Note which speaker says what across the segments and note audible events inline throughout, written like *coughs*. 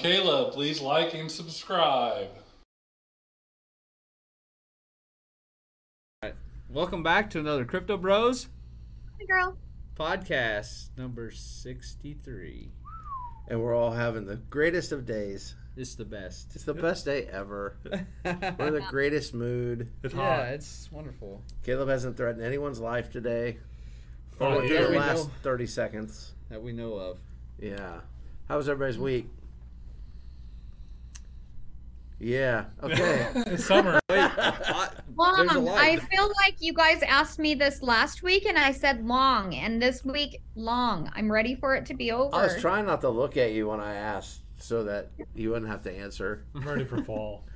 Speaker 1: please like and subscribe.
Speaker 2: Welcome back to another Crypto Bros
Speaker 3: Hey, girl.
Speaker 2: podcast number 63.
Speaker 4: and we're all having the greatest of days.
Speaker 2: It's the best. *laughs*
Speaker 4: It's the best day ever. We're in the greatest mood.
Speaker 1: It's
Speaker 2: yeah,
Speaker 1: hot.
Speaker 2: it's wonderful.
Speaker 4: Caleb hasn't threatened anyone's life today.
Speaker 1: Oh,
Speaker 4: Or
Speaker 1: yeah,
Speaker 4: within
Speaker 2: we
Speaker 4: the last
Speaker 2: know.
Speaker 4: 30 seconds.
Speaker 2: That we know of.
Speaker 4: Yeah. How was everybody's week? Yeah. Okay.
Speaker 1: it's summer.
Speaker 2: There's a
Speaker 3: Long.
Speaker 2: lot.
Speaker 3: I feel like you guys asked me this last week, and I said long, and this week long. I'm ready for it to be over.
Speaker 4: I was trying not to look at you when I asked so that you wouldn't have to answer.
Speaker 1: I'm ready
Speaker 2: *laughs*
Speaker 1: for fall.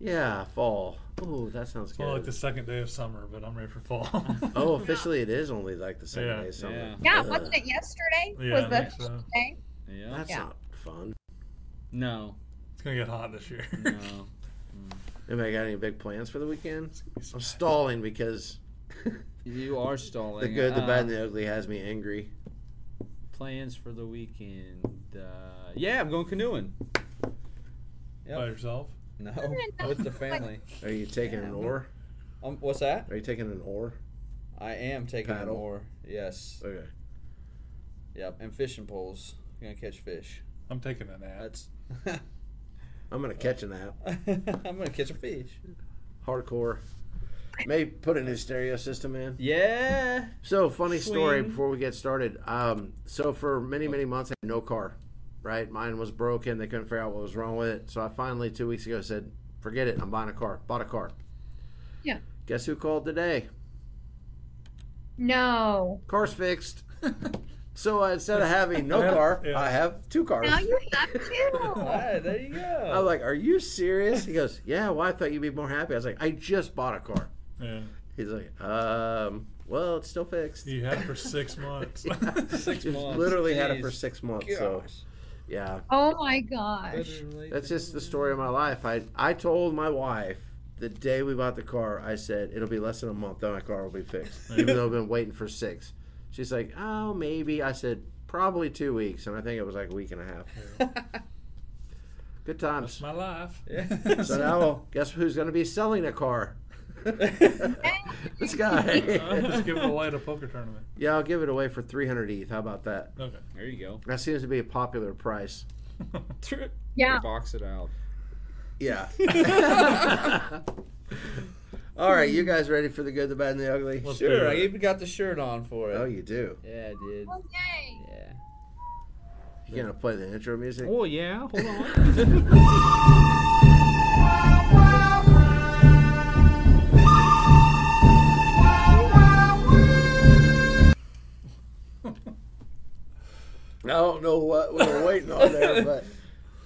Speaker 4: Yeah, fall. Ooh, that sounds
Speaker 1: It's
Speaker 4: good.
Speaker 1: only like the second day of summer, but I'm ready for
Speaker 2: *laughs*
Speaker 1: fall.
Speaker 4: Oh, officially it is only like the second
Speaker 1: Yeah.
Speaker 4: day of summer.
Speaker 2: Yeah.
Speaker 3: yeah,
Speaker 4: Ugh.
Speaker 3: wasn't it yesterday?
Speaker 1: *laughs* Yeah, I
Speaker 3: was
Speaker 1: think
Speaker 3: the
Speaker 1: so.
Speaker 3: day?
Speaker 2: Yeah.
Speaker 4: That's
Speaker 3: Yeah.
Speaker 4: not fun.
Speaker 2: No.
Speaker 1: It's gonna get hot this year. *laughs*
Speaker 2: No.
Speaker 4: Anybody got any big plans for the weekend? I'm stalling because
Speaker 2: You are stalling.
Speaker 4: the good, the
Speaker 2: Uh,
Speaker 4: bad, and the ugly has me angry.
Speaker 2: Plans for the weekend. Uh, yeah, I'm going canoeing. Yep.
Speaker 1: By yourself? *laughs*
Speaker 2: No,
Speaker 4: *laughs*
Speaker 2: with the family.
Speaker 4: Are you taking an oar?
Speaker 2: Um, what's that?
Speaker 4: Are you taking an oar?
Speaker 2: I am taking
Speaker 4: Paddle.
Speaker 2: an oar. Yes.
Speaker 4: Okay.
Speaker 2: Yep. And fishing poles. gonna catch fish.
Speaker 1: I'm taking a nap.
Speaker 2: That's. *laughs*
Speaker 4: I'm gonna catch a nap.
Speaker 2: I'm gonna catch a fish.
Speaker 4: Hardcore. May put a new stereo system in.
Speaker 2: Yeah.
Speaker 4: So funny story
Speaker 2: Swing.
Speaker 4: before we get started. Um, so for many many months I had no car, right? Mine was broken. They couldn't figure out what was wrong with it. So I finally two weeks ago said, "Forget it. I'm buying a car." Bought a car.
Speaker 3: Yeah.
Speaker 4: Guess who called today?
Speaker 3: No. *laughs*
Speaker 4: Car's fixed. so instead of having *laughs* no
Speaker 1: Yeah,
Speaker 4: car,
Speaker 1: yeah.
Speaker 4: I have two cars.
Speaker 3: Now you
Speaker 2: *laughs*
Speaker 3: have to.
Speaker 2: Alright, there you go.
Speaker 4: I'm like, "Are you serious?" He goes, "Yeah." Well, I thought you'd be more happy. I was like, "I just bought a car."
Speaker 1: Yeah.
Speaker 4: He's like, um, well, it's still fixed.
Speaker 1: You had it for
Speaker 2: *laughs*
Speaker 1: six months. *laughs*
Speaker 4: *laughs*
Speaker 2: Six
Speaker 4: Just
Speaker 2: months.
Speaker 4: Literally had it
Speaker 2: Jeez.
Speaker 4: for six months.
Speaker 2: Gosh.
Speaker 4: So yeah,
Speaker 3: Oh my gosh.
Speaker 2: Better late
Speaker 4: that's
Speaker 2: than
Speaker 4: just the
Speaker 2: never.
Speaker 4: story of my life. I I told my wife the day we bought the car, I said it'll be less than a month that my car will be fixed, even though I've been waiting for six. She's like, oh, maybe. I said probably two weeks, and I think it was like a week and a half. Good
Speaker 1: That's
Speaker 4: times.
Speaker 1: my life.
Speaker 2: *laughs* *laughs* Yeah.
Speaker 4: *laughs* So now, guess who's going to be selling a car? *laughs* this
Speaker 1: I'm
Speaker 4: guy.
Speaker 1: just giving away at a poker tournament.
Speaker 4: yeah, I'll give it away for 300 ETH. How about that?
Speaker 1: Okay.
Speaker 2: *laughs* *laughs* There you go.
Speaker 4: That seems to be a popular price.
Speaker 3: Yeah.
Speaker 2: Box it out.
Speaker 1: *laughs*
Speaker 4: Yeah. *laughs* All right, you guys ready for the good, the bad, and the ugly?
Speaker 1: Let's do
Speaker 2: Sure, I
Speaker 1: it.
Speaker 2: even got the shirt on for it.
Speaker 4: Oh, you do.
Speaker 2: Yeah, I did.
Speaker 3: Oh, yay.
Speaker 2: Yeah.
Speaker 4: You gonna play the intro music?
Speaker 2: Oh yeah, hold on.
Speaker 4: I don't know what we were waiting
Speaker 1: *laughs*
Speaker 4: on there, but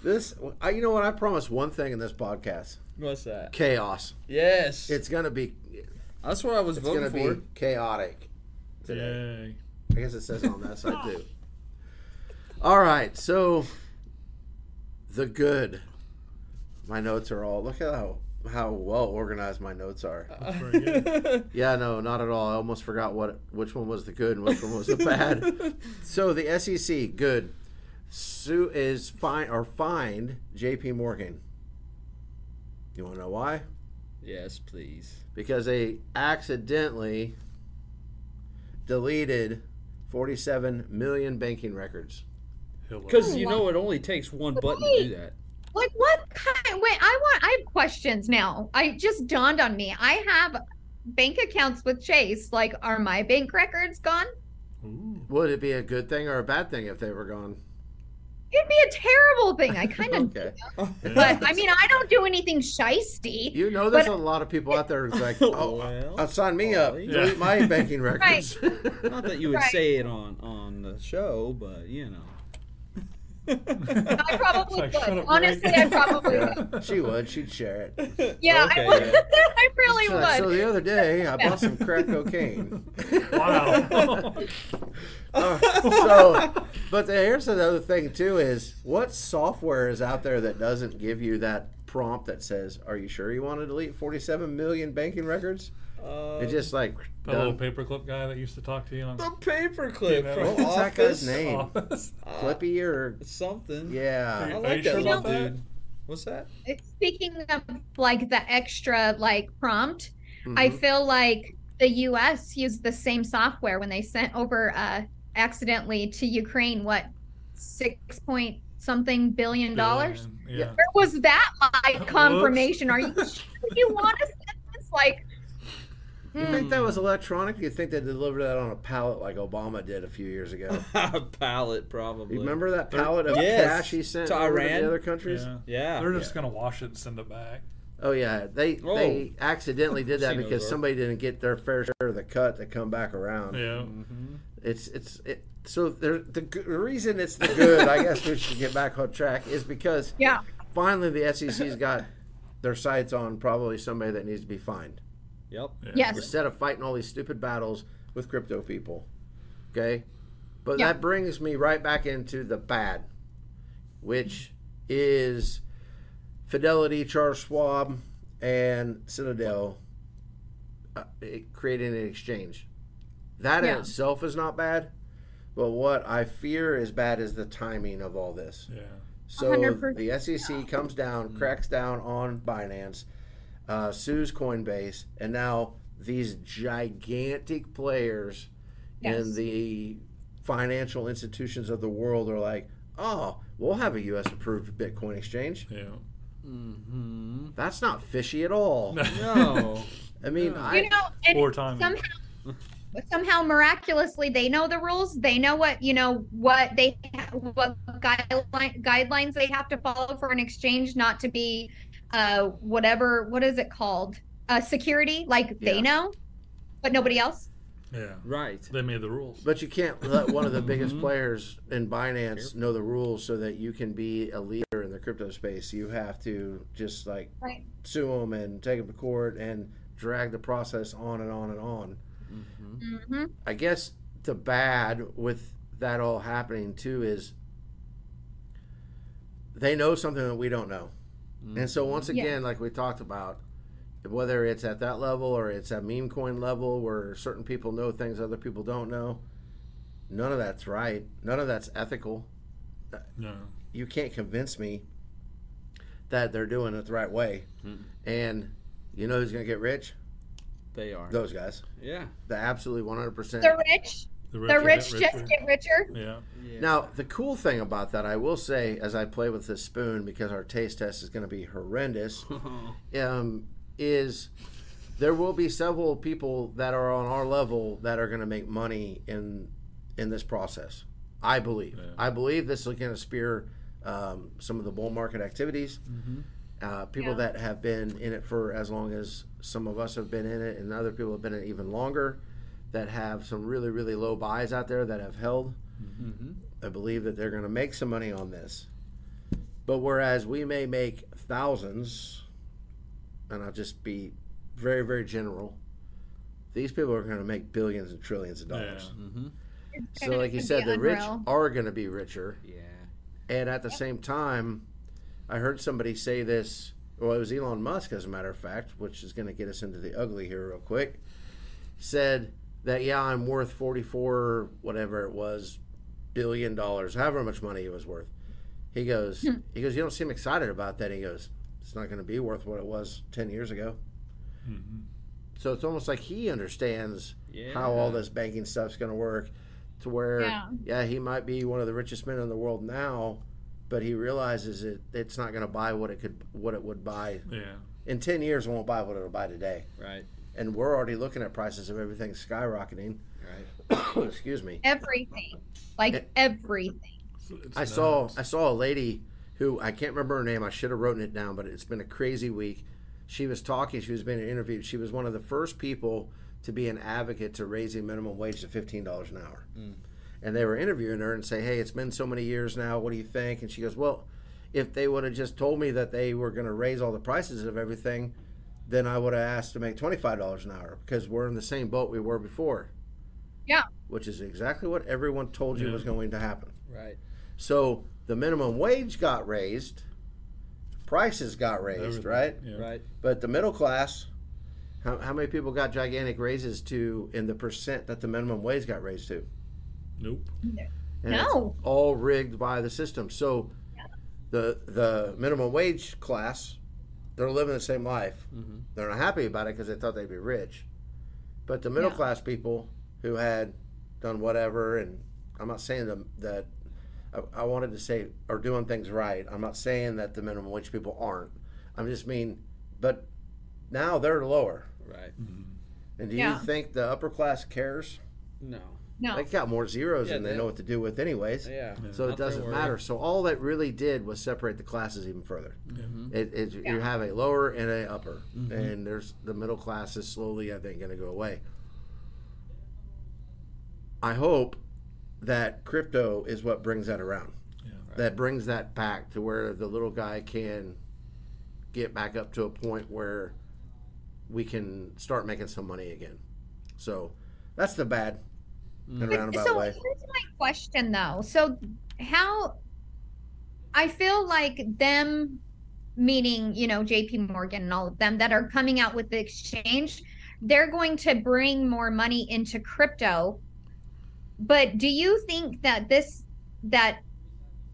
Speaker 4: this, I, you know what? I promise one thing in this podcast:
Speaker 2: *laughs* What's that?
Speaker 4: chaos.
Speaker 2: Yes.
Speaker 4: It's gonna be,
Speaker 2: that's what I was
Speaker 4: it's
Speaker 2: voting
Speaker 4: gonna
Speaker 2: for.
Speaker 4: be chaotic today.
Speaker 1: Yay.
Speaker 4: I guess it says on that side too. All right, so the good. My notes are all. Look at how how well organized my notes are.
Speaker 1: pretty
Speaker 2: *laughs*
Speaker 1: good.
Speaker 4: Yeah, no, not at all. I almost forgot what which one was the good and which one
Speaker 2: *laughs*
Speaker 4: was the bad. so the SEC good sue is fine or fined J.P. Morgan. You want to know why?
Speaker 2: yes, please.
Speaker 4: Because they accidentally deleted 47 million banking records.
Speaker 1: Hillary.
Speaker 2: Because you know it only takes one button to do that.
Speaker 3: Like what kind? Wait, I want. I have questions now. I just dawned on me. I have bank accounts with Chase. Like, are my bank records gone?
Speaker 2: *laughs*
Speaker 1: Ooh.
Speaker 4: Would it be a good thing or a bad thing if they were gone?
Speaker 3: It'd be a terrible thing. I kind of.
Speaker 4: Okay.
Speaker 1: *laughs*
Speaker 3: But I mean, I don't do anything shisty.
Speaker 4: You know, there's a lot of people out there
Speaker 2: *laughs*
Speaker 4: who's like, oh,
Speaker 2: Well,
Speaker 4: uh, sign me up.
Speaker 2: Ollie.
Speaker 4: Delete my banking records.
Speaker 2: *laughs* Not that you would
Speaker 3: Right.
Speaker 2: say it on on the show, but you know. *laughs*
Speaker 3: I probably
Speaker 1: It's like, shut
Speaker 3: would.
Speaker 1: up,
Speaker 3: Honestly,
Speaker 1: Greg.
Speaker 3: I probably would.
Speaker 4: Yeah, she would. She'd share it.
Speaker 3: Yeah,
Speaker 2: Okay,
Speaker 3: I would.
Speaker 2: yeah.
Speaker 3: *laughs* I really
Speaker 4: So- So
Speaker 3: would.
Speaker 4: the other
Speaker 3: *laughs*
Speaker 4: day, I bought some crack cocaine.
Speaker 2: *laughs*
Speaker 1: Wow.
Speaker 4: *laughs* Uh, so, but the, here's another thing too: is what software is out there that doesn't give you that prompt that says, "Are you sure you want to delete 47 million banking records?"
Speaker 2: Uh,
Speaker 4: It's just like
Speaker 1: That little
Speaker 4: done.
Speaker 1: paperclip guy that used to talk to you on
Speaker 2: the paperclip
Speaker 1: You know.
Speaker 2: from
Speaker 1: What
Speaker 4: was that guy's
Speaker 2: Office.
Speaker 4: name?
Speaker 1: *laughs* office.
Speaker 2: Uh,
Speaker 4: Flippy or
Speaker 2: Something.
Speaker 1: Are you-
Speaker 4: yeah,
Speaker 2: I
Speaker 1: are
Speaker 2: like
Speaker 1: you
Speaker 2: that
Speaker 1: sure
Speaker 2: little
Speaker 1: about that?
Speaker 2: dude. What's that? *laughs*
Speaker 3: Speaking of like the extra like prompt, I
Speaker 4: Mhm.
Speaker 3: feel like the U.S. used the same software when they sent over uh, accidentally to Ukraine what six point something billion dollars.
Speaker 1: Billion, Yeah.
Speaker 3: Where was that like
Speaker 1: Whoops.
Speaker 3: confirmation? Are you *laughs*
Speaker 1: *laughs*
Speaker 3: sure you want to send this? Like,
Speaker 4: You
Speaker 3: mm,
Speaker 4: think that
Speaker 2: Hmm.
Speaker 4: was electronic? You think they delivered that on a pallet like Obama did a few years
Speaker 2: *laughs*
Speaker 4: ago?
Speaker 2: Palette, probably.
Speaker 4: You remember that pallet of
Speaker 2: Yes.
Speaker 4: cash he sent
Speaker 2: To
Speaker 4: over to
Speaker 2: Iran?
Speaker 4: the other countries?
Speaker 1: Yeah.
Speaker 2: Yeah.
Speaker 1: They're just gonna wash it and send it back.
Speaker 4: Oh yeah, they
Speaker 2: Oh.
Speaker 4: they
Speaker 2: *laughs*
Speaker 4: accidentally did that
Speaker 2: Seen those,
Speaker 4: because
Speaker 2: though.
Speaker 4: somebody didn't get their fair share of the cut to come back around.
Speaker 1: Yeah.
Speaker 2: Mhm.
Speaker 4: It's it's it. So there, the, g- the reason it's the good, I guess we should get back on track, is because
Speaker 3: yeah,
Speaker 4: finally the SEC's got their sights on probably somebody that needs to be fined
Speaker 2: Yep.
Speaker 1: Yeah.
Speaker 3: yes,
Speaker 4: instead of fighting all these stupid battles with crypto people. Okay? But
Speaker 3: Yeah.
Speaker 4: that brings me right back into the bad, which is Fidelity, Charles Schwab, and Citadel uh, it- creating an exchange. That in
Speaker 3: Yeah.
Speaker 4: itself is not bad, but what I fear is bad is the timing of all this.
Speaker 1: Yeah.
Speaker 4: So
Speaker 3: 100%.
Speaker 4: the SEC comes down, cracks down on Binance, uh, sues Coinbase, and now these gigantic players in
Speaker 3: Yes.
Speaker 4: the financial institutions of the world are like, oh, we'll have a U.S. approved Bitcoin exchange.
Speaker 1: Yeah.
Speaker 2: Mm-hmm.
Speaker 4: That's not fishy at all.
Speaker 2: No.
Speaker 1: *laughs*
Speaker 4: I mean,
Speaker 3: you
Speaker 4: I,
Speaker 3: know, and
Speaker 1: Poor timing.
Speaker 3: somehow somehow miraculously they know the rules they know what you know what they what guideline, guidelines they have to follow for an exchange not to be uh whatever what is it called uh security like
Speaker 4: Yeah.
Speaker 3: they know but nobody else
Speaker 1: Yeah.
Speaker 2: right.
Speaker 1: They made the rules.
Speaker 4: but you can't let one of the biggest
Speaker 2: Mhm.
Speaker 4: players in Binance know the rules so that you can be a leader in the crypto space. You have to just like
Speaker 3: right
Speaker 4: sue them and take them to court and drag the process on and on and on.
Speaker 2: Mm-hmm.
Speaker 3: hmm
Speaker 4: I guess the bad with that all happening too is they know something that we don't know. And so once
Speaker 3: Yeah.
Speaker 4: again, like we talked about, whether it's at that level or it's at meme coin level where certain people know things other people don't know, none of that's right. None of that's ethical.
Speaker 1: No.
Speaker 4: You can't convince me that they're doing it the right way.
Speaker 2: Mm.
Speaker 4: And you know who's going to get rich?
Speaker 2: They are.
Speaker 4: Those guys.
Speaker 2: yeah.
Speaker 4: The absolutely 100%.
Speaker 3: the rich
Speaker 1: The
Speaker 3: the
Speaker 1: will
Speaker 3: rich
Speaker 1: get
Speaker 3: just
Speaker 1: richer.
Speaker 3: get richer
Speaker 1: Yeah.
Speaker 2: yeah.
Speaker 4: Now, the cool thing about that, I will say, as I play with this spoon, because our taste test is going to be horrendous, um, is there will be several people that are on our level that are going to make money in in this process. I believe.
Speaker 1: Yeah.
Speaker 4: I believe this is going to spear um, some of the bull market activities.
Speaker 2: Mhm.
Speaker 4: Uh, people
Speaker 3: Yeah.
Speaker 4: that have been in it for as long as some of us have been in it, and other people have been in it even longer, that have some really, really low buys out there that have held.
Speaker 2: *laughs* Mm-hmm.
Speaker 4: I believe that they're going to make some money on this. But whereas we may make thousands, and I'll just be very, very general, these people are going to make billions and trillions of dollars.
Speaker 2: Mm-hmm.
Speaker 3: It's
Speaker 4: So,
Speaker 3: gonna
Speaker 4: like you
Speaker 3: be
Speaker 4: said, the rich
Speaker 3: unreal.
Speaker 4: are going to be richer.
Speaker 2: Yeah.
Speaker 4: And at the same time, I heard somebody say this. Well, it was Elon Musk, as a matter of fact, which is going to get us into the ugly here real quick. Said that yeah, I'm worth 44, whatever it was, billion dollars, however much money it was worth. He goes, he goes, you don't seem excited about that. He goes, it's not going to be worth what it was 10 years ago.
Speaker 1: Mm-hmm.
Speaker 4: So it's almost like he understands
Speaker 2: Yeah.
Speaker 4: how all this banking stuff's going to work to where yeah.
Speaker 3: Yeah.
Speaker 4: he might be one of the richest men in the world now but he realizes it it's not going to buy what it could what it would buy
Speaker 1: Yeah.
Speaker 4: in 10 years it won't buy what it'll buy today
Speaker 2: Right.
Speaker 4: and we're already looking at prices of everything skyrocketing *coughs*
Speaker 2: Right.
Speaker 4: excuse me
Speaker 3: everything like everything
Speaker 1: It's- it's
Speaker 4: I saw
Speaker 1: nuts.
Speaker 4: I saw a lady who I can't remember her name. I should have written it down, but it's been a crazy week. She was talking. She was being interviewed. She was one of the first people to be an advocate to raising minimum wage to fifteen dollars an hour.
Speaker 1: Mm.
Speaker 4: And they were interviewing her and say, "Hey, it's been so many years now. What do you think?" And she goes, "Well, if they would have just told me that they were going to raise all the prices of everything, then I would have asked to make twenty five dollars an hour because we're in the same boat we were before."
Speaker 3: Yeah.
Speaker 4: Which is exactly what everyone told you
Speaker 1: Yeah.
Speaker 4: was going to happen.
Speaker 2: Right.
Speaker 4: So the minimum wage got raised, prices got raised,
Speaker 1: Everything.
Speaker 4: right?
Speaker 1: Yeah.
Speaker 2: right?
Speaker 4: But the middle class, how, how many people got gigantic raises to in the percent that the minimum wage got raised to?
Speaker 1: Nope.
Speaker 4: And it's
Speaker 3: No.
Speaker 4: all rigged by the system. So the the minimum wage class, they're living the same life.
Speaker 2: Mhm.
Speaker 4: They're not happy about it because they thought they'd be rich. But the middle
Speaker 3: Yeah.
Speaker 4: class people who had done whatever, and I'm not saying them that I, I wanted to say are doing things right. I'm not saying that the minimum wage people aren't. I'm just mean, but now they're lower.
Speaker 2: Right.
Speaker 1: Mm-hmm.
Speaker 4: And do
Speaker 3: Yeah.
Speaker 4: you think the upper class cares?
Speaker 2: No.
Speaker 3: No.
Speaker 4: They got more zeros
Speaker 2: Yeah,
Speaker 4: than they
Speaker 2: they-
Speaker 4: know what to do with, anyways.
Speaker 2: Yeah.
Speaker 4: So
Speaker 2: Not
Speaker 4: it
Speaker 2: their
Speaker 4: doesn't
Speaker 2: worry.
Speaker 4: matter. So all that really did was separate the classes even further.
Speaker 2: Mhm.
Speaker 4: It, it, You
Speaker 3: Yeah.
Speaker 4: have a lower and a upper,
Speaker 2: Mhm.
Speaker 4: and there's the middle class is slowly, I think, going to go away. I hope that crypto is what brings that around.
Speaker 1: Yeah. Right.
Speaker 4: That brings that back to where the little guy can get back up to a point where we can start making some money again. So that's the bad in a
Speaker 3: But-
Speaker 4: roundabout
Speaker 3: so
Speaker 4: way.
Speaker 3: here's my question though. So how I feel like them meaning, you know, JP Morgan and all of them that are coming out with the exchange, they're going to bring more money into crypto. But do you think that this that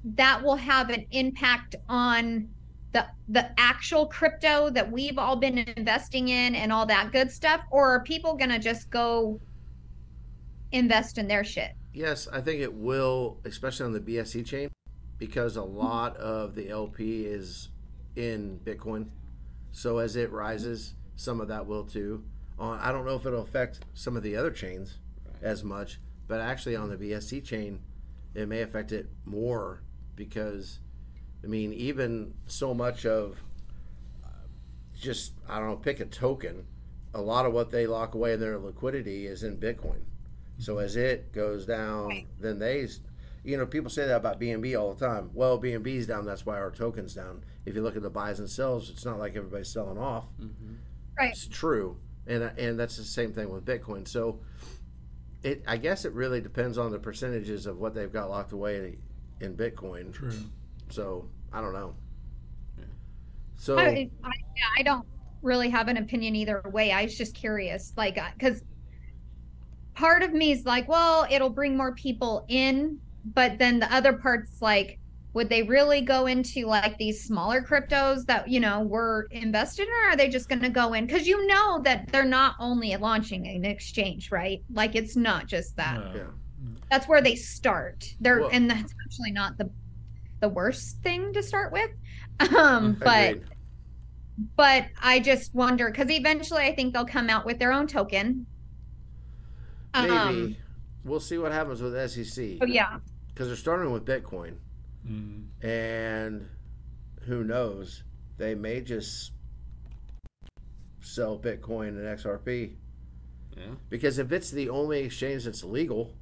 Speaker 3: that will have an impact on the the actual crypto that we've all been investing in and all that good stuff or are people going to just go invest in their shit?
Speaker 4: Yes, I think it will, especially on the BSC chain, because a lot of the LP is in Bitcoin. So as it rises, some of that will too. On I don't know if it'll affect some of the other chains as much, but actually on the BSC chain, it may affect it more because, I mean, even so much of uh, just I don't know, pick a token. A lot of what they lock away in their liquidity is in Bitcoin. So as it goes down,
Speaker 3: Right.
Speaker 4: then they, s- you know, people say that about BNB all the time. Well, BNB's down. That's why our token's down. If you look at the buys and sells, it's not like everybody's selling off.
Speaker 2: Mhm.
Speaker 3: Right.
Speaker 4: It's true, and and that's the same thing with Bitcoin. So, it I guess it really depends on the percentages of what they've got locked away in Bitcoin.
Speaker 1: True.
Speaker 4: So I don't know. So
Speaker 3: I, I, yeah, I don't really have an opinion either way. I was just curious, like, because part of me is like, well, it'll bring more people in, but then the other part's like, would they really go into like these smaller cryptos that you know were invested in, or are they just going to go in? Because you know that they're not only launching an exchange, right? Like, it's not just that.
Speaker 1: No.
Speaker 4: Yeah.
Speaker 3: that's where they start they're
Speaker 4: Well-
Speaker 3: and that's actually not the the worst thing to start with um but
Speaker 4: agreed.
Speaker 3: but i just wonder because eventually i think they'll come out with their own token
Speaker 4: maybe we'll see what happens with SEC
Speaker 3: um, oh yeah
Speaker 4: because they're starting with Bitcoin.
Speaker 1: Mm.
Speaker 4: and who knows they may just sell bitcoin and xrp
Speaker 2: Yeah.
Speaker 4: because if it's the only exchange that's legal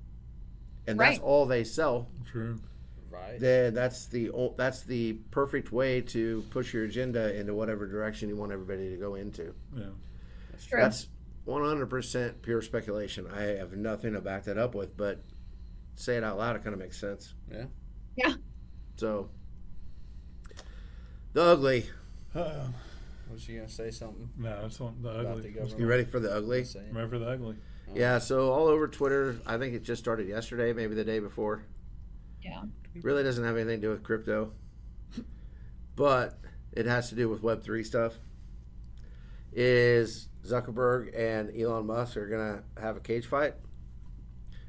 Speaker 4: and that's
Speaker 3: Right.
Speaker 4: all they sell
Speaker 1: True.
Speaker 2: Right.
Speaker 4: then that's the o- that's the perfect way to push your agenda into whatever direction you want everybody to go into
Speaker 1: Yeah.
Speaker 2: That's
Speaker 3: true.
Speaker 4: that's 100% pure speculation i have nothing to back that up with but say it out loud it kind of makes sense
Speaker 2: Yeah.
Speaker 3: Yeah.
Speaker 4: so the ugly
Speaker 1: Uh,
Speaker 2: Was she gonna say something?
Speaker 1: no, that's one. The
Speaker 2: About the
Speaker 1: ugly.
Speaker 2: government.
Speaker 4: you ready for the ugly
Speaker 2: Say it.
Speaker 1: Remember the ugly?
Speaker 4: Yeah, so all over Twitter, I think it just started yesterday, maybe the day before.
Speaker 3: Yeah.
Speaker 4: Really doesn't have anything to do with crypto, but it has to do with Web3 stuff. Is Zuckerberg and Elon Musk are going to have a cage fight?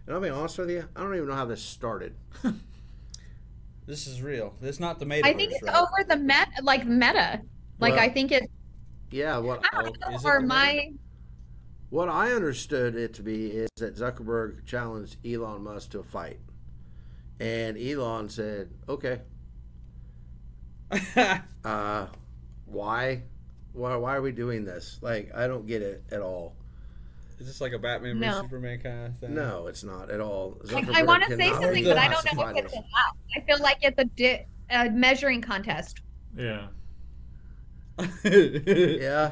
Speaker 4: And I'll be honest with you, I don't even know how this started.
Speaker 2: This is real. It's not the metaverse.
Speaker 3: i think it's
Speaker 2: right?
Speaker 3: over the met like meta like
Speaker 4: Well- oh,
Speaker 3: i think it's
Speaker 4: Yeah, what
Speaker 3: i don't
Speaker 2: is it
Speaker 3: know or
Speaker 2: the
Speaker 3: my
Speaker 4: what I understood it to be is that Zuckerberg challenged Elon Musk to a fight. And Elon said, "Okay, uh, why, why, why are we doing this? Like, I don't get it at all.
Speaker 2: *laughs* is this like a Batman versus
Speaker 3: No.
Speaker 2: Superman kind of thing? *laughs*
Speaker 4: No, it's not at all.
Speaker 3: like, i
Speaker 4: Zuckerberg
Speaker 3: want to say
Speaker 4: cannot
Speaker 3: something
Speaker 4: be
Speaker 3: but i don't know
Speaker 4: classified
Speaker 3: if it's
Speaker 4: as-
Speaker 3: allowed i feel like it's a, di- a measuring contest
Speaker 1: Yeah.
Speaker 4: Yeah,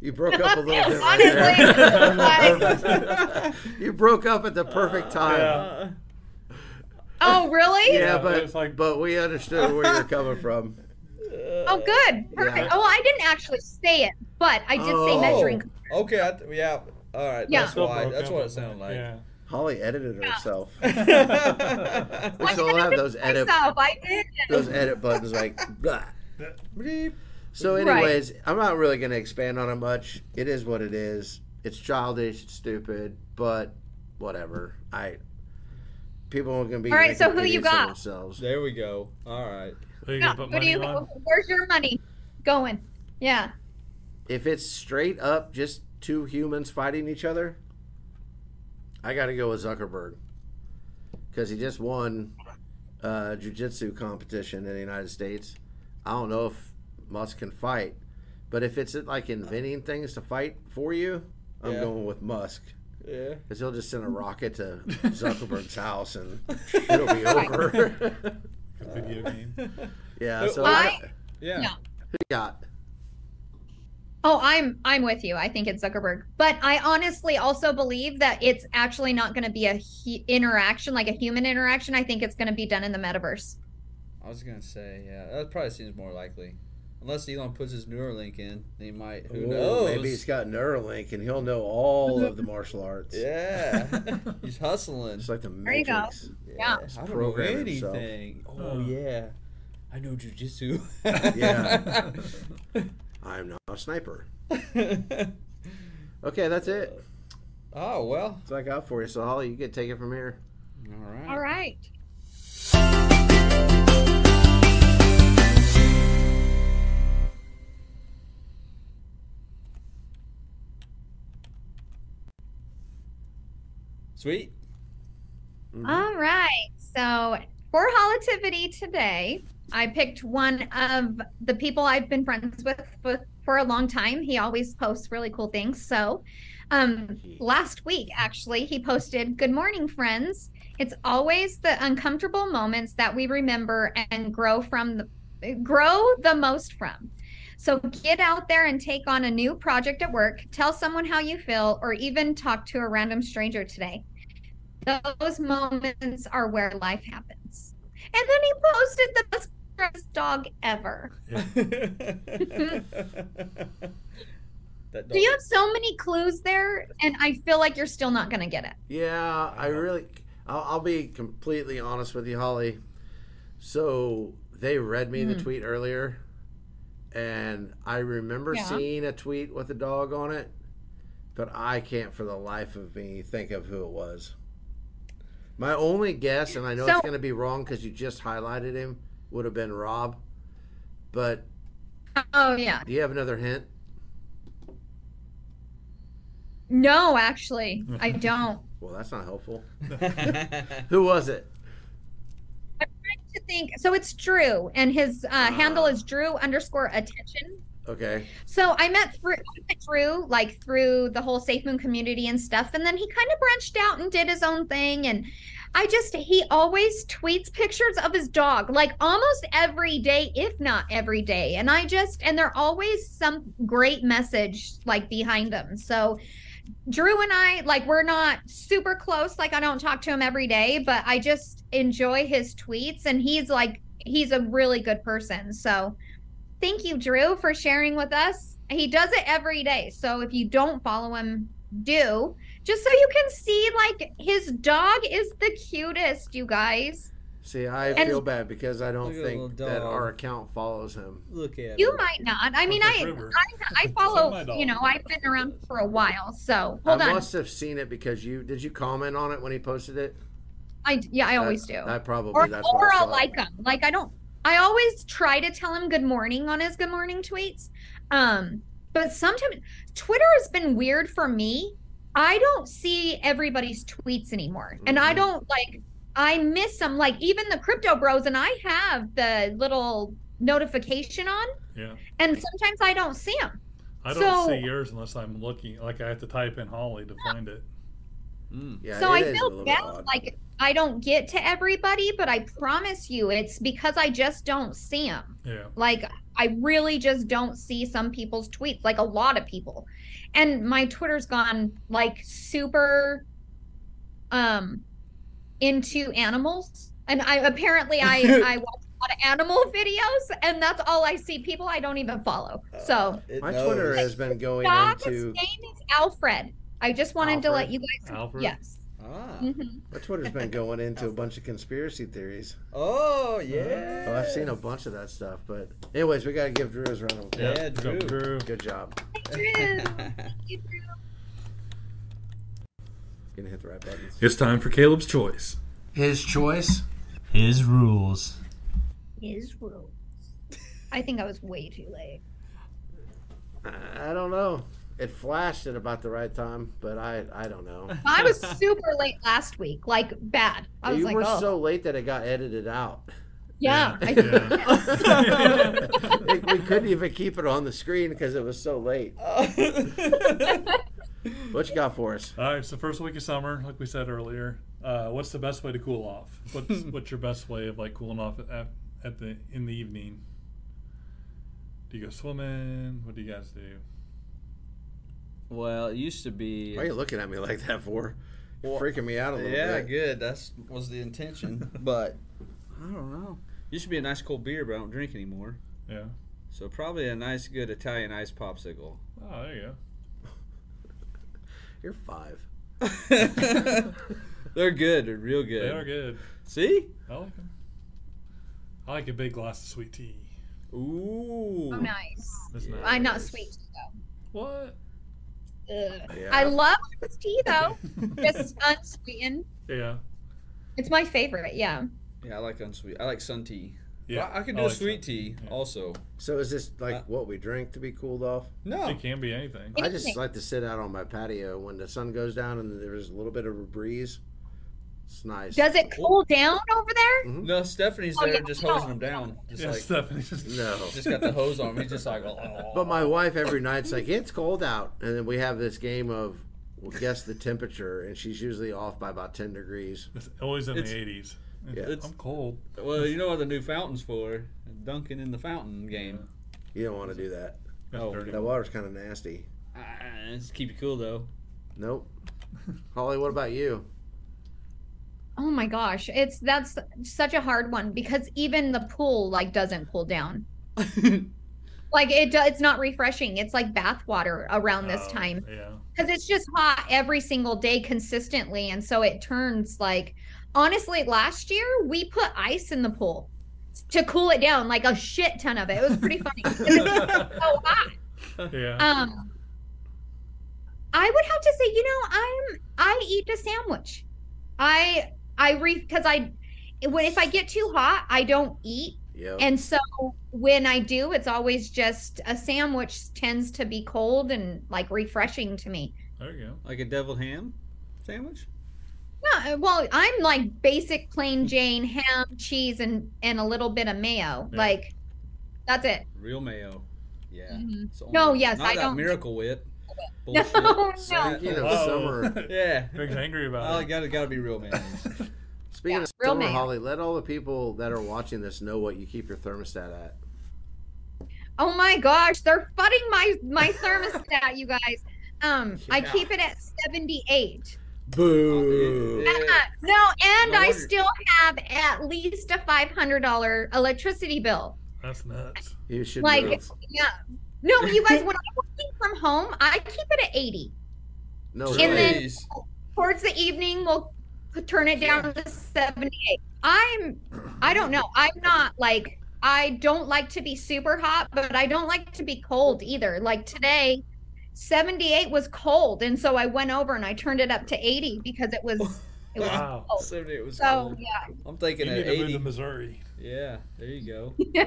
Speaker 4: you broke up a little bit. Right
Speaker 3: Honestly,
Speaker 4: there.
Speaker 3: it's like,
Speaker 4: *laughs* you broke up at the perfect time.
Speaker 1: *laughs* Yeah.
Speaker 3: oh really
Speaker 4: Yeah, but
Speaker 3: Oh,
Speaker 4: *laughs*
Speaker 1: it's like-
Speaker 4: but we understood where you're coming from.
Speaker 3: Oh, good. Perfect.
Speaker 4: Yeah.
Speaker 3: Oh, I didn't actually say it, but I did say
Speaker 2: Uh,
Speaker 4: Oh.
Speaker 3: measuring.
Speaker 5: Okay, I th- yeah. All right,
Speaker 3: Yeah.
Speaker 5: that's
Speaker 1: Still
Speaker 5: why.
Speaker 1: broke
Speaker 5: That's
Speaker 1: up
Speaker 5: what
Speaker 1: with
Speaker 5: it sounded
Speaker 1: that,
Speaker 5: like.
Speaker 1: Yeah.
Speaker 4: Holly edited herself.
Speaker 1: Yeah.
Speaker 2: *laughs*
Speaker 4: We
Speaker 3: I
Speaker 4: still
Speaker 3: did
Speaker 4: have
Speaker 3: it
Speaker 4: those edit
Speaker 3: myself. I did.
Speaker 4: those edit buttons like blah.
Speaker 5: Bleep.
Speaker 4: So,
Speaker 3: Right.
Speaker 4: anyways, I'm not really going to expand on it much. It is what it is. It's childish, it's stupid, but whatever. I people are going to be
Speaker 3: All right, so
Speaker 4: making
Speaker 3: who you
Speaker 4: idiots of
Speaker 3: got?
Speaker 4: Themselves.
Speaker 5: There we go. All right.
Speaker 1: Who you
Speaker 3: Yeah.
Speaker 1: gonna put
Speaker 3: What
Speaker 1: money
Speaker 3: do you?
Speaker 1: on?
Speaker 3: Where's your money going? Yeah.
Speaker 4: If it's straight up just two humans fighting each other, I got to go with Zuckerberg because he just won uh, jujitsu competition in the United States. I don't know if Musk can fight, but if it's like inventing things to fight for you, I'm
Speaker 5: Yeah.
Speaker 4: going with Musk.
Speaker 5: Yeah.
Speaker 4: Because he'll just send
Speaker 5: *laughs*
Speaker 4: a rocket to Zuckerberg's house and it'll
Speaker 5: *laughs*
Speaker 4: be
Speaker 2: *laughs*
Speaker 4: over.
Speaker 1: A video game.
Speaker 4: *laughs* yeah, so
Speaker 3: I-
Speaker 4: I
Speaker 5: Yeah.
Speaker 3: No.
Speaker 4: got
Speaker 3: Oh, I'm I'm with you. I think it's Zuckerberg, but I honestly also believe that it's actually not going to be a hu- interaction, like a human interaction. I think it's going to be done in the metaverse.
Speaker 5: I was gonna say yeah. That probably seems more likely, unless Elon puts his Neuralink in. He might. Who
Speaker 4: Ooh,
Speaker 5: knows?
Speaker 4: maybe he's got Neuralink and he'll know all of the martial arts. *laughs*
Speaker 5: Yeah. he's hustling.
Speaker 4: It's like the
Speaker 3: you go.
Speaker 4: Matrix.
Speaker 3: Yeah.
Speaker 5: I don't know
Speaker 4: Program himself.
Speaker 5: anything.
Speaker 1: Oh.
Speaker 5: Oh yeah. I know jujitsu.
Speaker 4: Yeah. I'm not a sniper. Okay, that's it.
Speaker 5: *laughs* oh well.
Speaker 4: That's all I got for you. So Holly, you can take it from here.
Speaker 5: All right.
Speaker 3: All right. *laughs*
Speaker 5: Sweet.
Speaker 4: Mm-hmm.
Speaker 3: All right. So for holotivity today, I picked one of the people I've been friends with, with for a long time. He always posts really cool things. So um, last week, actually, he posted Good Morning, Friends. It's always the uncomfortable moments that we remember and grow from the, grow the most from. So get out there and take on a new project at work, tell someone how you feel, or even talk to a random stranger today those moments are where life happens. And then he posted the best dressed dog ever.
Speaker 5: that
Speaker 3: So you have so many clues there, and I feel like you're still not gonna get it.
Speaker 4: Yeah, I
Speaker 5: Yeah.
Speaker 4: really. I'll, I'll be completely honest with you, Holly. So they read me the
Speaker 3: Mm.
Speaker 4: tweet earlier, and I remember
Speaker 3: Yeah.
Speaker 4: seeing a tweet with a dog on it, but I can't for the life of me think of who it was. My only guess, and I know it's
Speaker 3: So-
Speaker 4: going to be wrong because you just highlighted him, would have been Rob. But
Speaker 3: Oh yeah.
Speaker 4: do you have another hint?
Speaker 3: No, actually, I don't.
Speaker 4: Well, that's not helpful.
Speaker 5: have
Speaker 4: Who was it?
Speaker 3: *laughs* To think so it's Drew and his uh,
Speaker 4: Ah.
Speaker 3: handle is Drew underscore attention.
Speaker 4: Okay.
Speaker 3: So I met through I met Drew like through the whole Safe Moon community and stuff, and then he kind of branched out and did his own thing. And I just he always tweets pictures of his dog, like almost every day, if not every day. And I just and they're always some great message like behind them. So Drew and I like we're not super close, like I don't talk to him every day, but I just enjoy his tweets, and he's like he's a really good person. So thank you drew for sharing with us he does it every day so if you don't follow him do just so you can see like his dog is the cutest you guys
Speaker 4: See, I
Speaker 3: And-
Speaker 4: feel bad because I don't
Speaker 5: Look at the
Speaker 4: think
Speaker 5: little
Speaker 4: that
Speaker 5: dog.
Speaker 4: our account follows him.
Speaker 5: *laughs* Look at
Speaker 3: you
Speaker 5: him.
Speaker 3: might not i mean
Speaker 1: That's
Speaker 3: i
Speaker 1: River.
Speaker 3: i,
Speaker 1: *laughs*
Speaker 3: I
Speaker 1: my
Speaker 3: follow
Speaker 1: dog.
Speaker 3: you know i've been around for a while so hold
Speaker 4: I
Speaker 3: on
Speaker 4: must have seen it because you did you comment on it when he posted it?
Speaker 3: i yeah i always do
Speaker 4: That- I probably
Speaker 3: or,
Speaker 4: that's why
Speaker 3: or
Speaker 4: I
Speaker 3: I'll
Speaker 4: saw
Speaker 3: like
Speaker 4: it.
Speaker 3: him. Like I don't. I always try to tell him good morning on his good morning tweets. Um, but sometimes Twitter has been weird for me. I don't see everybody's tweets anymore, and I
Speaker 4: Mhm.
Speaker 3: don't like. I miss them. Like even the crypto bros, and I have the little notification on,
Speaker 1: Yeah.
Speaker 3: and sometimes I don't see them.
Speaker 1: I don't
Speaker 3: So-
Speaker 1: see yours unless I'm looking. Like I have to type in Holly to find it.
Speaker 5: Mm.
Speaker 4: Yeah,
Speaker 3: so
Speaker 4: it
Speaker 3: I
Speaker 4: is a
Speaker 3: feel
Speaker 4: little bit
Speaker 3: bad,
Speaker 4: odd.
Speaker 3: like I don't get to everybody, but I promise you, it's because I just don't see them.
Speaker 1: Yeah.
Speaker 3: Like I really just don't see some people's tweets, like a lot of people. And my Twitter's gone like super
Speaker 4: *laughs*
Speaker 3: um into animals. And I apparently I I watch lot of animal videos, and that's all I see. People I don't even follow. So
Speaker 5: It
Speaker 4: My
Speaker 5: knows.
Speaker 4: Twitter has been Uh, going
Speaker 3: dog, his
Speaker 4: into
Speaker 3: name is Alfred. I just wanted to let
Speaker 4: Alfred?
Speaker 3: you guys.
Speaker 1: Alfred.
Speaker 3: Yes.
Speaker 5: Ah.
Speaker 3: Mhm.
Speaker 4: my Twitter's been going into a bunch of conspiracy theories.
Speaker 5: Oh yeah.
Speaker 4: Oh, I've seen a bunch of that stuff, but anyways, we gotta give Drew his round of applause.
Speaker 5: Yeah,
Speaker 1: Let's go,
Speaker 5: Drew.
Speaker 1: Drew.
Speaker 4: Good job.
Speaker 3: Drew. You Drew.
Speaker 4: Gonna hit the right buttons.
Speaker 1: It's time for Caleb's
Speaker 5: *laughs*
Speaker 1: *laughs* choice.
Speaker 4: His choice.
Speaker 2: His rules.
Speaker 3: His rules. I think I was way too late.
Speaker 4: I I don't know. It flashed at about the right time, but I I don't know.
Speaker 3: I was super late last week, like bad. I was
Speaker 4: you
Speaker 3: like,
Speaker 4: were
Speaker 3: oh,
Speaker 4: so late that it got edited out. *laughs*
Speaker 3: yeah. I, *laughs*
Speaker 4: Like, we couldn't even keep it on the screen because it was so late. What you got for us?
Speaker 1: All right, so first week of summer, like we said earlier, uh, what's the best way to cool off?
Speaker 5: *laughs*
Speaker 1: What's what's your best way of like cooling off at, at the in the evening? Do you go swimming? What do you guys do?
Speaker 2: *laughs* Well, it used to be.
Speaker 4: Why are you looking at me like that for? You're freaking me out a little
Speaker 5: yeah,
Speaker 4: bit.
Speaker 5: good. That's was the
Speaker 2: *laughs*
Speaker 5: intention, but
Speaker 2: I don't know. Used to be a nice cold beer, but I don't drink anymore.
Speaker 1: Yeah.
Speaker 2: So probably a nice, good Italian ice
Speaker 5: *laughs*
Speaker 2: popsicle.
Speaker 1: Oh, there you go.
Speaker 4: You're five.
Speaker 2: They're good. They're real good.
Speaker 1: They are good.
Speaker 2: See?
Speaker 1: I like them. I like a big glass of sweet tea.
Speaker 2: Ooh.
Speaker 3: oh, nice.
Speaker 1: That's
Speaker 2: Yeah.
Speaker 1: nice.
Speaker 3: I'm not sweet tea
Speaker 1: What?
Speaker 3: though. Ugh.
Speaker 4: Yeah.
Speaker 3: I love this tea
Speaker 5: Oh,
Speaker 1: *laughs*
Speaker 3: though. Just unsweetened.
Speaker 1: Yeah.
Speaker 3: It's my favorite. Yeah.
Speaker 5: yeah, I like unsweet. I like sun tea.
Speaker 1: Yeah.
Speaker 5: I, I can do
Speaker 1: like
Speaker 5: sweet
Speaker 1: that.
Speaker 5: tea
Speaker 1: Yeah.
Speaker 5: also.
Speaker 4: So is this like
Speaker 5: Uh,
Speaker 4: what we drink to be cooled off?
Speaker 5: No.
Speaker 1: It can be anything.
Speaker 4: I just
Speaker 3: Anything.
Speaker 4: like to sit out on my patio when the sun goes down and there's a little bit of a breeze. It's nice.
Speaker 3: Does it cool down over there?
Speaker 5: No, Stephanie's
Speaker 3: Oh,
Speaker 5: there
Speaker 3: yeah,
Speaker 5: just
Speaker 3: no.
Speaker 5: hosing them down. Just
Speaker 1: yeah,
Speaker 5: like
Speaker 1: Stephanie just
Speaker 4: no.
Speaker 5: just got the hose on me, just like
Speaker 1: *laughs*
Speaker 5: oh.
Speaker 4: But my wife every night's like, it's cold out, and then we have this game of well, guess the temperature, and she's usually off by about ten degrees.
Speaker 1: It's always in
Speaker 2: It's-
Speaker 1: the 80s.
Speaker 4: Yeah.
Speaker 1: I'm cold.
Speaker 2: Well, you know what the new fountain's for? Dunking in the fountain game.
Speaker 4: You don't want to do that.
Speaker 1: That's
Speaker 2: Oh,
Speaker 1: dirty.
Speaker 4: That water's kind of nasty.
Speaker 2: Ah, it's keep you
Speaker 1: *laughs*
Speaker 2: cool though. *laughs*
Speaker 4: Nope. Holly, what about you?
Speaker 3: Oh my gosh, it's that's such a hard one because even the pool like doesn't cool down. Like it, do, it's not refreshing. It's like bath water around this
Speaker 1: Oh,
Speaker 3: time.
Speaker 1: Yeah.
Speaker 3: *laughs*
Speaker 1: *laughs*
Speaker 3: because it's just hot every single day consistently and so it turns like honestly last year we put ice in the pool to cool it down like a shit ton of it it was pretty funny so hot.
Speaker 1: Yeah.
Speaker 3: um i would have to say you know i'm i eat a sandwich i i re because i when if i get too hot i don't eat
Speaker 4: Yep.
Speaker 3: and so when I do, it's always just a sandwich tends to be cold and like refreshing to me.
Speaker 1: there you go.
Speaker 2: Like a deviled ham sandwich?
Speaker 3: No, uh, well, I'm like basic plain Jane ham, cheese, and and a little bit of
Speaker 1: Yeah.
Speaker 3: mayo. Like that's it.
Speaker 2: Real mayo. Yeah.
Speaker 3: Mhm.
Speaker 2: It's
Speaker 3: No,
Speaker 2: only-
Speaker 3: yes,
Speaker 2: not
Speaker 3: I
Speaker 2: that
Speaker 3: don't-
Speaker 2: Miracle Whip.
Speaker 3: *laughs* No,
Speaker 2: Bullshit.
Speaker 3: *laughs* Oh, no.
Speaker 4: Speaking of
Speaker 1: Whoa.
Speaker 4: summer,
Speaker 2: Yeah. Oh,
Speaker 1: Greg's angry
Speaker 5: I
Speaker 4: Oh,
Speaker 1: about it.
Speaker 5: gotta gotta be real
Speaker 1: *laughs*
Speaker 5: man.
Speaker 4: speaking
Speaker 3: Yeah,
Speaker 4: of
Speaker 3: real
Speaker 4: summer,
Speaker 3: man.
Speaker 4: Holly, let all the people that are watching this know what you keep your thermostat at.
Speaker 3: Oh my gosh, they're fudding my my thermostat, you guys. Um, I
Speaker 4: Yeah.
Speaker 3: keep it at 78.
Speaker 4: Boo.
Speaker 5: Yeah.
Speaker 3: No, and
Speaker 5: No
Speaker 3: I
Speaker 5: wonder-
Speaker 3: still have at least a $500 electricity bill.
Speaker 1: That's nuts.
Speaker 3: *laughs*
Speaker 4: You should
Speaker 3: Like-
Speaker 4: move.
Speaker 3: Yeah. No, you guys, when I'm working from home, I keep it at 80.
Speaker 4: No,
Speaker 5: Jeez.
Speaker 4: really.
Speaker 3: And then- Towards the evening, we'll p- turn it down to 78. I'm, I don't know. I'm not like, I don't like to be super hot, but I don't like to be cold either. Like today, 78 was cold. And so I went over and I turned it up to 80 because it was,
Speaker 1: *laughs*
Speaker 3: it was
Speaker 1: Wow.
Speaker 3: Oh.
Speaker 5: 70, it was
Speaker 3: so,
Speaker 5: cold.
Speaker 3: yeah.
Speaker 5: I'm
Speaker 1: You
Speaker 5: thinking
Speaker 1: need
Speaker 5: at
Speaker 1: to move to
Speaker 5: 80.
Speaker 1: Missouri.
Speaker 2: Yeah, there you go.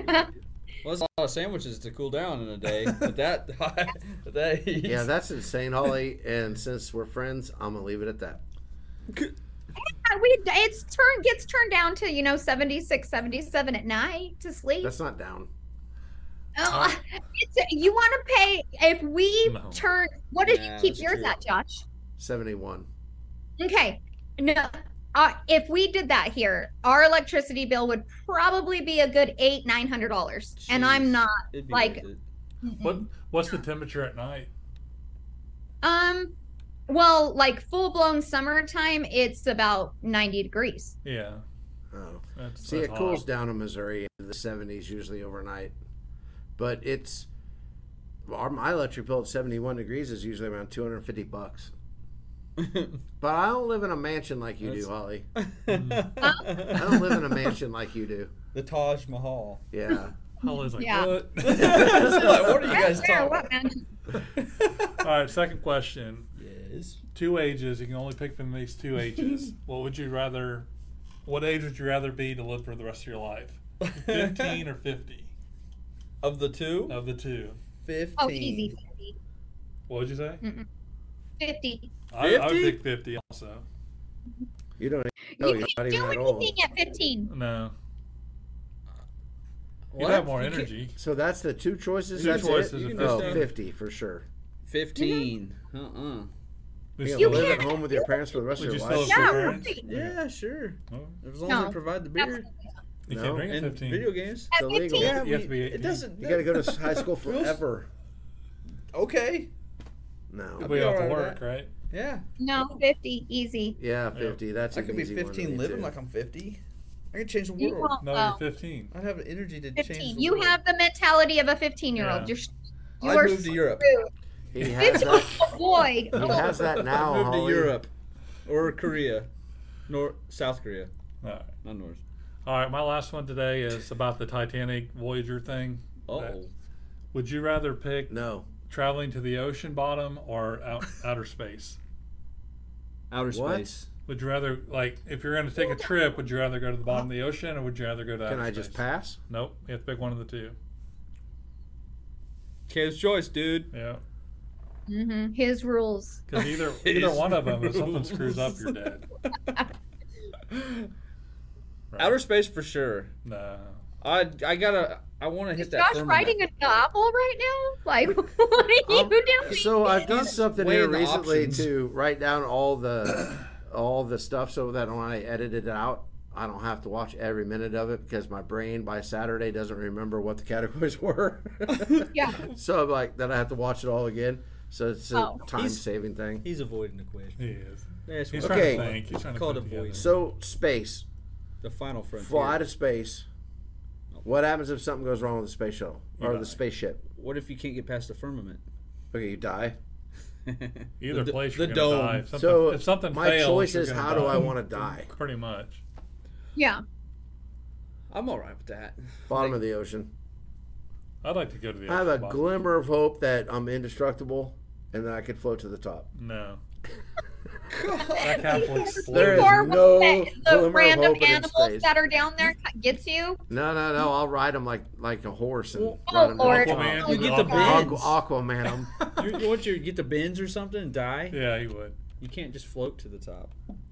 Speaker 5: Well, that's a lot of sandwiches to cool down in a day. But that,
Speaker 2: *laughs*
Speaker 5: with that heat.
Speaker 4: Yeah, that's insane, Holly. And since we're friends, I'm gonna leave it at that.
Speaker 3: Yeah, *laughs* we, it's turn gets turned down to, you know, 76, 77 at night to sleep.
Speaker 4: That's not down.
Speaker 3: Oh, *laughs* it's you want to pay if we
Speaker 1: No.
Speaker 3: turn. What did
Speaker 5: Yeah,
Speaker 3: you keep
Speaker 5: that's
Speaker 3: yours
Speaker 5: true.
Speaker 3: at, Josh?
Speaker 4: Seventy-one.
Speaker 3: Okay, no. Uh, if we did that here, our electricity bill would probably be a good eight nine hundred dollars, and I'm
Speaker 5: Jeez.
Speaker 3: not.
Speaker 5: It'd be
Speaker 3: like-
Speaker 5: worth it.
Speaker 1: What what's the temperature at night?
Speaker 3: Um, well, like full blown summertime, it's about ninety degrees.
Speaker 1: Yeah.
Speaker 4: Oh,
Speaker 1: That's,
Speaker 4: See,
Speaker 1: that's
Speaker 4: it cools
Speaker 1: hot.
Speaker 4: down in Missouri in the 70s usually overnight, but it's our my electric bill at 71 degrees is usually around 250 bucks.
Speaker 2: *laughs*
Speaker 4: But I don't live in a mansion like you do,
Speaker 2: That's-
Speaker 4: Holly. I
Speaker 5: the
Speaker 4: don't live in a mansion like you do.
Speaker 5: Taj *laughs* Mahal.
Speaker 4: Yeah.
Speaker 1: Holly's like,
Speaker 3: Yeah.
Speaker 1: what? *laughs*
Speaker 5: It's like, what are you
Speaker 3: I
Speaker 5: guys
Speaker 3: don't care
Speaker 5: talking
Speaker 3: what man-
Speaker 5: about?
Speaker 1: All right, second question.
Speaker 5: Yes.
Speaker 1: Two ages. You can only pick from these two
Speaker 4: *laughs*
Speaker 1: ages. what would you rather? What age would you rather be to live for the rest of your life?
Speaker 4: *laughs*
Speaker 1: Fifteen Oh, or fifty?
Speaker 5: *laughs* Of the two?
Speaker 1: Of the two,
Speaker 5: 15.
Speaker 3: Oh, easy. 50.
Speaker 1: what would you say?
Speaker 3: 50.
Speaker 1: I, I would
Speaker 5: 50?
Speaker 1: pick fifty. Also,
Speaker 4: You don't know
Speaker 3: you
Speaker 4: you're not
Speaker 3: can't do
Speaker 4: even that old.
Speaker 3: anything at 15.
Speaker 1: no. You
Speaker 5: What?
Speaker 1: have more
Speaker 5: You can't-
Speaker 1: energy.
Speaker 4: So that's the two choices.
Speaker 1: Two
Speaker 4: that's
Speaker 1: choices
Speaker 4: it.
Speaker 5: of
Speaker 1: You
Speaker 5: can
Speaker 4: Oh,
Speaker 5: just, uh,
Speaker 4: 50 for sure.
Speaker 2: 15. Uh-uh.
Speaker 4: You
Speaker 1: Just
Speaker 4: can
Speaker 1: a
Speaker 4: live
Speaker 1: little-
Speaker 4: at home with your parents for the rest
Speaker 1: Would
Speaker 4: of your
Speaker 1: you still
Speaker 4: life.
Speaker 1: have
Speaker 3: Yeah,
Speaker 1: four
Speaker 3: right.
Speaker 1: parents?
Speaker 5: Yeah, sure.
Speaker 1: Oh,
Speaker 5: As long as
Speaker 3: No.
Speaker 5: they provide the beer
Speaker 3: Absolutely.
Speaker 1: You
Speaker 4: No.
Speaker 1: can't drink at
Speaker 5: and
Speaker 1: fifteen.
Speaker 5: video games.
Speaker 3: At
Speaker 4: It's illegal.
Speaker 3: 15.
Speaker 4: Yeah,
Speaker 1: you have to be
Speaker 5: we-
Speaker 1: 18.
Speaker 5: it doesn't.
Speaker 4: You got to go to high school
Speaker 5: *laughs* Rules-
Speaker 4: forever.
Speaker 5: Okay.
Speaker 4: No.
Speaker 5: I'd be
Speaker 1: We have to
Speaker 5: alright with
Speaker 1: work,
Speaker 5: that.
Speaker 1: right?
Speaker 5: Yeah.
Speaker 3: No, 50. Easy.
Speaker 4: Yeah, 50. That's
Speaker 5: I
Speaker 4: an
Speaker 5: could be
Speaker 4: easy one to
Speaker 5: 15
Speaker 4: me,
Speaker 5: living
Speaker 4: too.
Speaker 5: like I'm 50. I could change the
Speaker 3: You
Speaker 5: world.
Speaker 3: won't
Speaker 1: No,
Speaker 3: know.
Speaker 1: you're fifteen.
Speaker 5: I'd have energy to change.
Speaker 3: 15.
Speaker 5: The
Speaker 3: You
Speaker 5: world.
Speaker 3: have the mentality of a 15 year
Speaker 1: Yeah.
Speaker 3: old. You're s- you
Speaker 5: I'd
Speaker 3: are
Speaker 5: move to
Speaker 3: so
Speaker 5: Europe.
Speaker 3: rude.
Speaker 4: He has
Speaker 3: 15 *laughs*
Speaker 4: that.
Speaker 3: avoid.
Speaker 4: He
Speaker 3: Oh,
Speaker 4: has
Speaker 2: *laughs*
Speaker 4: that now,
Speaker 5: I'd move
Speaker 4: Holly.
Speaker 5: to Europe or Korea, North South Korea,
Speaker 1: All right.
Speaker 2: Not North.
Speaker 1: All right, my last one today is about the Titanic Voyager thing.
Speaker 2: Oh.
Speaker 1: Would you rather pick
Speaker 4: No.
Speaker 1: traveling to the ocean bottom or out, outer space?
Speaker 2: Outer
Speaker 4: What?
Speaker 2: space.
Speaker 1: Would you rather like if you're going to take a trip? Would you rather go to the bottom of the ocean or would you rather go to?
Speaker 4: Can
Speaker 1: outer
Speaker 4: I just
Speaker 1: space?
Speaker 4: pass?
Speaker 1: Nope, you have to pick one of the two.
Speaker 2: Kid's choice, dude.
Speaker 1: Yeah,
Speaker 4: *laughs*
Speaker 3: mhm, His rules.
Speaker 1: because
Speaker 2: *laughs*
Speaker 1: either either
Speaker 2: His
Speaker 1: one of
Speaker 2: *laughs*
Speaker 1: them, if something
Speaker 2: rules.
Speaker 1: screws up,
Speaker 4: *laughs*
Speaker 1: you're dead. Right.
Speaker 5: outer space for sure.
Speaker 1: No,
Speaker 5: I I gotta I want to hit that.
Speaker 3: Josh
Speaker 5: firmament.
Speaker 3: writing a novel right now? Like, *laughs* what are
Speaker 4: Um,
Speaker 3: you doing?
Speaker 4: So I've done something
Speaker 5: weighing
Speaker 4: here
Speaker 5: the
Speaker 4: recently
Speaker 5: options.
Speaker 4: to write down all the all the stuff so that when I edit it out, I don't have to watch every minute of it because my brain by Saturday doesn't remember what the *laughs*
Speaker 5: *laughs*
Speaker 4: categories were.
Speaker 3: Yeah.
Speaker 4: so I'm like then I have to watch it all again. So it's a
Speaker 3: Oh.
Speaker 4: time
Speaker 5: He's-
Speaker 4: saving thing.
Speaker 5: He's avoiding the question.
Speaker 1: he is.
Speaker 5: That's
Speaker 1: He's
Speaker 5: what-
Speaker 4: Okay.
Speaker 1: trying to think. He's trying to
Speaker 5: Call it
Speaker 1: put
Speaker 5: a
Speaker 1: together.
Speaker 5: voice.
Speaker 4: So space,
Speaker 2: The final frontier.
Speaker 4: fly to space. What happens if something goes wrong with the space shuttle
Speaker 1: You
Speaker 4: or
Speaker 1: die.
Speaker 4: the spaceship?
Speaker 2: What if you can't get past the firmament? *laughs*
Speaker 4: Okay, you die.
Speaker 1: Either
Speaker 2: The-
Speaker 1: place
Speaker 2: the
Speaker 1: you're going to
Speaker 2: dome.
Speaker 1: die. If something,
Speaker 4: so
Speaker 1: if something
Speaker 4: my
Speaker 1: fails,
Speaker 4: choice
Speaker 1: you're
Speaker 4: is
Speaker 1: gonna
Speaker 4: how
Speaker 1: die.
Speaker 4: do I want to die?
Speaker 1: *laughs* Pretty much.
Speaker 3: Yeah.
Speaker 5: I'm all right with that.
Speaker 4: Bottom of the ocean.
Speaker 1: I'd like to go to the.
Speaker 4: I have
Speaker 1: ocean
Speaker 4: a
Speaker 1: bottom.
Speaker 4: glimmer of hope that I'm indestructible and that I could float to the top.
Speaker 1: No.
Speaker 3: *laughs*
Speaker 1: that Catholic
Speaker 4: There is
Speaker 3: Or
Speaker 4: no glimmer
Speaker 3: the
Speaker 4: of
Speaker 3: random
Speaker 4: hope in
Speaker 3: animals
Speaker 4: space.
Speaker 3: that are down there gets you.
Speaker 4: No, no, no! I'll ride him like like a horse and
Speaker 2: Well,
Speaker 4: ride him
Speaker 3: Oh, Lord.
Speaker 4: to
Speaker 1: Aquaman.
Speaker 4: the
Speaker 2: Oh, You get the
Speaker 4: top.
Speaker 2: bends.
Speaker 4: Aqu- Aquaman him.
Speaker 2: you, you want you to get the bins or something and die?
Speaker 1: Yeah, he would.
Speaker 2: You can't just float to the top.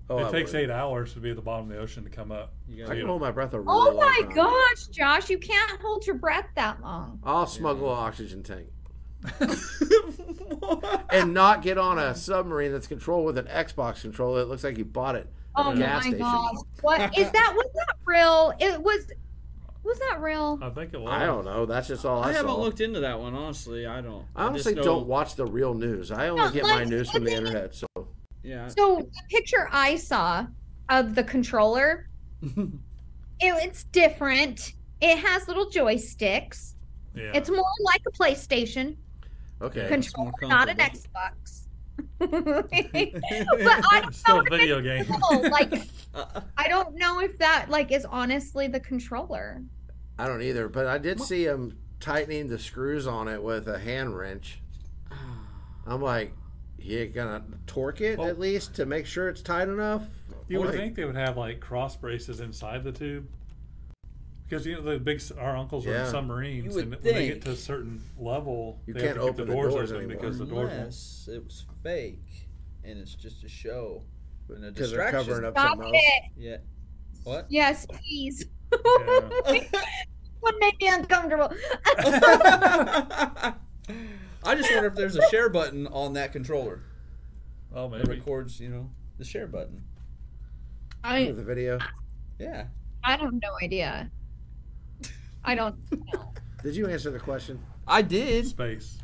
Speaker 4: Oh,
Speaker 1: it
Speaker 4: I
Speaker 1: takes
Speaker 4: would.
Speaker 1: eight hours to be at the bottom of the ocean to come up.
Speaker 2: You
Speaker 4: I
Speaker 2: gotta, *laughs*
Speaker 4: can hold my breath a really
Speaker 3: Oh
Speaker 4: long
Speaker 3: my
Speaker 4: time.
Speaker 3: gosh, Josh, you can't hold your breath that long.
Speaker 4: I'll smuggle an oxygen tank
Speaker 5: What?
Speaker 4: and not get on a submarine that's controlled with an Xbox controller. It looks like you bought it. at
Speaker 3: Oh
Speaker 4: a gas
Speaker 3: my
Speaker 4: station.
Speaker 3: gosh. What is that? Was that real? It was. Was that real?
Speaker 2: Uh,
Speaker 1: I think it was.
Speaker 4: I don't know. That's just all I,
Speaker 2: I haven't
Speaker 4: saw.
Speaker 2: looked into that one, honestly. I don't.
Speaker 4: I honestly
Speaker 2: just know-
Speaker 4: don't watch the real news. I only
Speaker 3: No,
Speaker 4: get my
Speaker 3: like,
Speaker 4: news from the
Speaker 3: okay.
Speaker 4: internet. So
Speaker 2: *laughs*
Speaker 5: *laughs*
Speaker 2: Yeah.
Speaker 3: So the picture I saw of the controller, it, Oh, it's different. It has little joysticks.
Speaker 1: Yeah.
Speaker 3: It's more like a PlayStation
Speaker 4: okay,
Speaker 2: Con- it's
Speaker 3: controller,
Speaker 2: more
Speaker 3: not an
Speaker 2: comfortable.
Speaker 3: Xbox. *laughs*
Speaker 4: *laughs*
Speaker 3: but *laughs* I
Speaker 1: It's still a video game.
Speaker 3: don't
Speaker 4: *laughs*
Speaker 3: know, like
Speaker 5: Uh,
Speaker 3: I don't know if that like is honestly the controller.
Speaker 4: I don't either. But I did see him tightening the screws on it with a
Speaker 5: *sighs*
Speaker 4: hand wrench. I'm like, you gonna torque it
Speaker 1: Well-
Speaker 4: at least to make sure it's tight enough?
Speaker 1: You would
Speaker 4: Like,
Speaker 1: think they would have like cross braces inside the tube. Because you know the big s- our uncles are
Speaker 4: Yeah.
Speaker 1: in submarines,
Speaker 5: You
Speaker 1: and
Speaker 5: would
Speaker 1: when they get
Speaker 5: think.
Speaker 1: to a certain level,
Speaker 4: You
Speaker 1: they
Speaker 4: can't
Speaker 1: have to keep
Speaker 4: open
Speaker 1: the
Speaker 4: the
Speaker 1: doors,
Speaker 4: doors
Speaker 1: open
Speaker 4: anymore.
Speaker 1: because the doors won't.
Speaker 5: unless it was fake and it's just a show and a
Speaker 4: because they're
Speaker 5: distraction.
Speaker 4: covering up
Speaker 3: Stop
Speaker 4: something else.
Speaker 3: it.
Speaker 5: Yeah.
Speaker 3: *laughs*
Speaker 5: What? *laughs*
Speaker 3: Yes, please.
Speaker 1: Yeah.
Speaker 3: *laughs* would make me uncomfortable. *laughs*
Speaker 5: I just wonder if there's a share button on that controller
Speaker 1: Oh,
Speaker 5: that
Speaker 1: maybe.
Speaker 5: records, you know, the share button.
Speaker 3: I
Speaker 4: The video.
Speaker 5: Yeah.
Speaker 3: I have no idea. I don't know.
Speaker 4: Did you answer the question?
Speaker 2: I did.
Speaker 1: Space.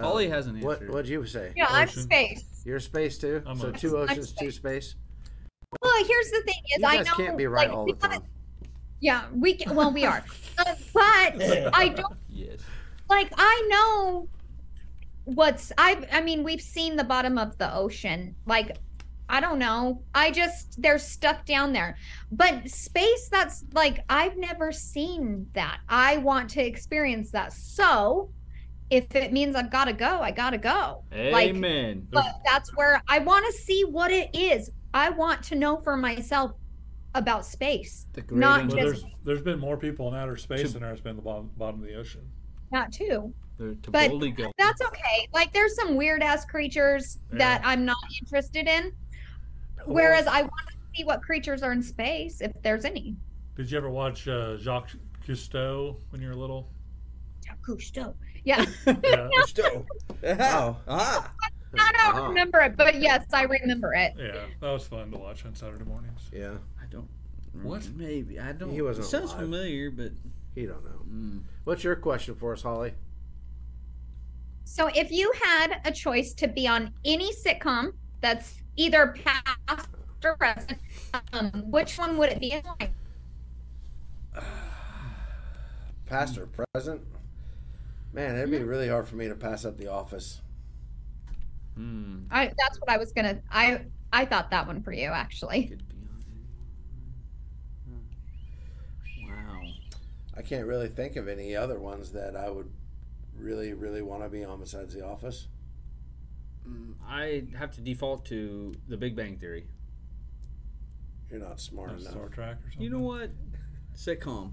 Speaker 2: Holly Uh, has an answer.
Speaker 4: What What'd you say?
Speaker 3: Yeah, I'm
Speaker 1: Ocean.
Speaker 3: space.
Speaker 4: You're space too.
Speaker 1: I'm
Speaker 4: so
Speaker 1: a-
Speaker 4: two
Speaker 3: I'm
Speaker 4: oceans, two
Speaker 3: space.
Speaker 4: space.
Speaker 3: Well, here's the thing: is
Speaker 4: You
Speaker 3: I
Speaker 4: guys
Speaker 3: know
Speaker 4: can't be right
Speaker 3: like,
Speaker 4: all
Speaker 3: we
Speaker 4: the
Speaker 3: haven't-
Speaker 4: time.
Speaker 3: Yeah, we can, well we are, uh, but I don't
Speaker 2: Yes.
Speaker 3: like I know what's I I mean we've seen the bottom of the ocean. Like I don't know. I just there's stuff down there. But space that's like I've never seen that. I want to experience that. So if it means I've got to go, I got to go. Like-
Speaker 2: Amen.
Speaker 3: But that's where I want to see what it is. I want to know for myself about space,
Speaker 4: The great
Speaker 3: Not
Speaker 1: Well,
Speaker 3: Just-
Speaker 1: there's there's been more people in outer space
Speaker 2: To-
Speaker 1: than there's been in the bottom, bottom of the ocean.
Speaker 3: not too.
Speaker 2: They're to
Speaker 3: but
Speaker 2: boldly go.
Speaker 3: That's okay. Like there's some weird ass creatures that I'm not interested in. Whereas I want to see what creatures are in space, if there's any.
Speaker 1: Did you ever watch uh, Jacques Cousteau when you were
Speaker 3: *laughs*
Speaker 1: little?
Speaker 3: Cousteau. Yeah,
Speaker 1: Yeah,
Speaker 5: *laughs* Stow.
Speaker 4: Wow.
Speaker 5: Ah.
Speaker 3: I don't
Speaker 4: Ah.
Speaker 3: remember it, but yes, I remember it.
Speaker 1: yeah, that was fun to watch on Saturday mornings.
Speaker 4: Yeah,
Speaker 2: I don't.
Speaker 1: What?
Speaker 2: Maybe I don't.
Speaker 4: He wasn't
Speaker 2: it sounds
Speaker 4: alive.
Speaker 2: familiar, but
Speaker 4: he don't know.
Speaker 2: mm,
Speaker 4: What's your question for us, Holly?
Speaker 3: So if you had a choice to be on any sitcom that's either past or present, um, which one would it be? and why?
Speaker 4: Past or present? Man, it'd
Speaker 3: Mm-hmm.
Speaker 4: be really hard for me to pass up The Office.
Speaker 2: mm,
Speaker 5: Mm-hmm.
Speaker 3: I that's what I was gonna. I I thought that one for you
Speaker 2: *laughs*
Speaker 3: actually.
Speaker 2: could be on. it. Wow.
Speaker 4: I can't really think of any other ones that I would really, really want to be on besides The Office.
Speaker 2: Mm, I have to default to The Big Bang Theory.
Speaker 4: You're not smart
Speaker 1: Like
Speaker 4: enough.
Speaker 1: Star Trek or something.
Speaker 2: You know what? Sitcom.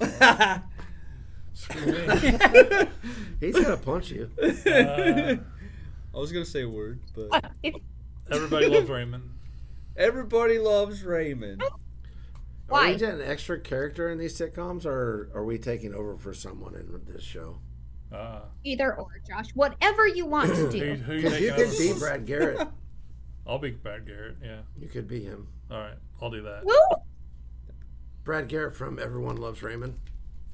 Speaker 5: *laughs*
Speaker 1: Screw me.
Speaker 2: *laughs*
Speaker 4: He's gonna punch *laughs* you.
Speaker 1: Uh,
Speaker 5: I was gonna say a word, but
Speaker 1: everybody loves Raymond.
Speaker 5: everybody loves Raymond.
Speaker 4: Are we
Speaker 3: Why?
Speaker 4: getting an extra character in these sitcoms, or are we taking over for someone in this show?
Speaker 1: Uh,
Speaker 3: Either or, Josh. Whatever you want
Speaker 1: *clears throat*
Speaker 3: to
Speaker 1: who,
Speaker 3: do.
Speaker 1: who you
Speaker 4: Because you
Speaker 1: taking
Speaker 4: could
Speaker 1: over
Speaker 4: be
Speaker 1: for? *laughs*
Speaker 4: Brad Garrett.
Speaker 1: I'll be Brad Garrett. Yeah.
Speaker 4: You could be him.
Speaker 1: All right. I'll do that.
Speaker 3: Woo!
Speaker 4: Brad Garrett from Everyone Loves Raymond.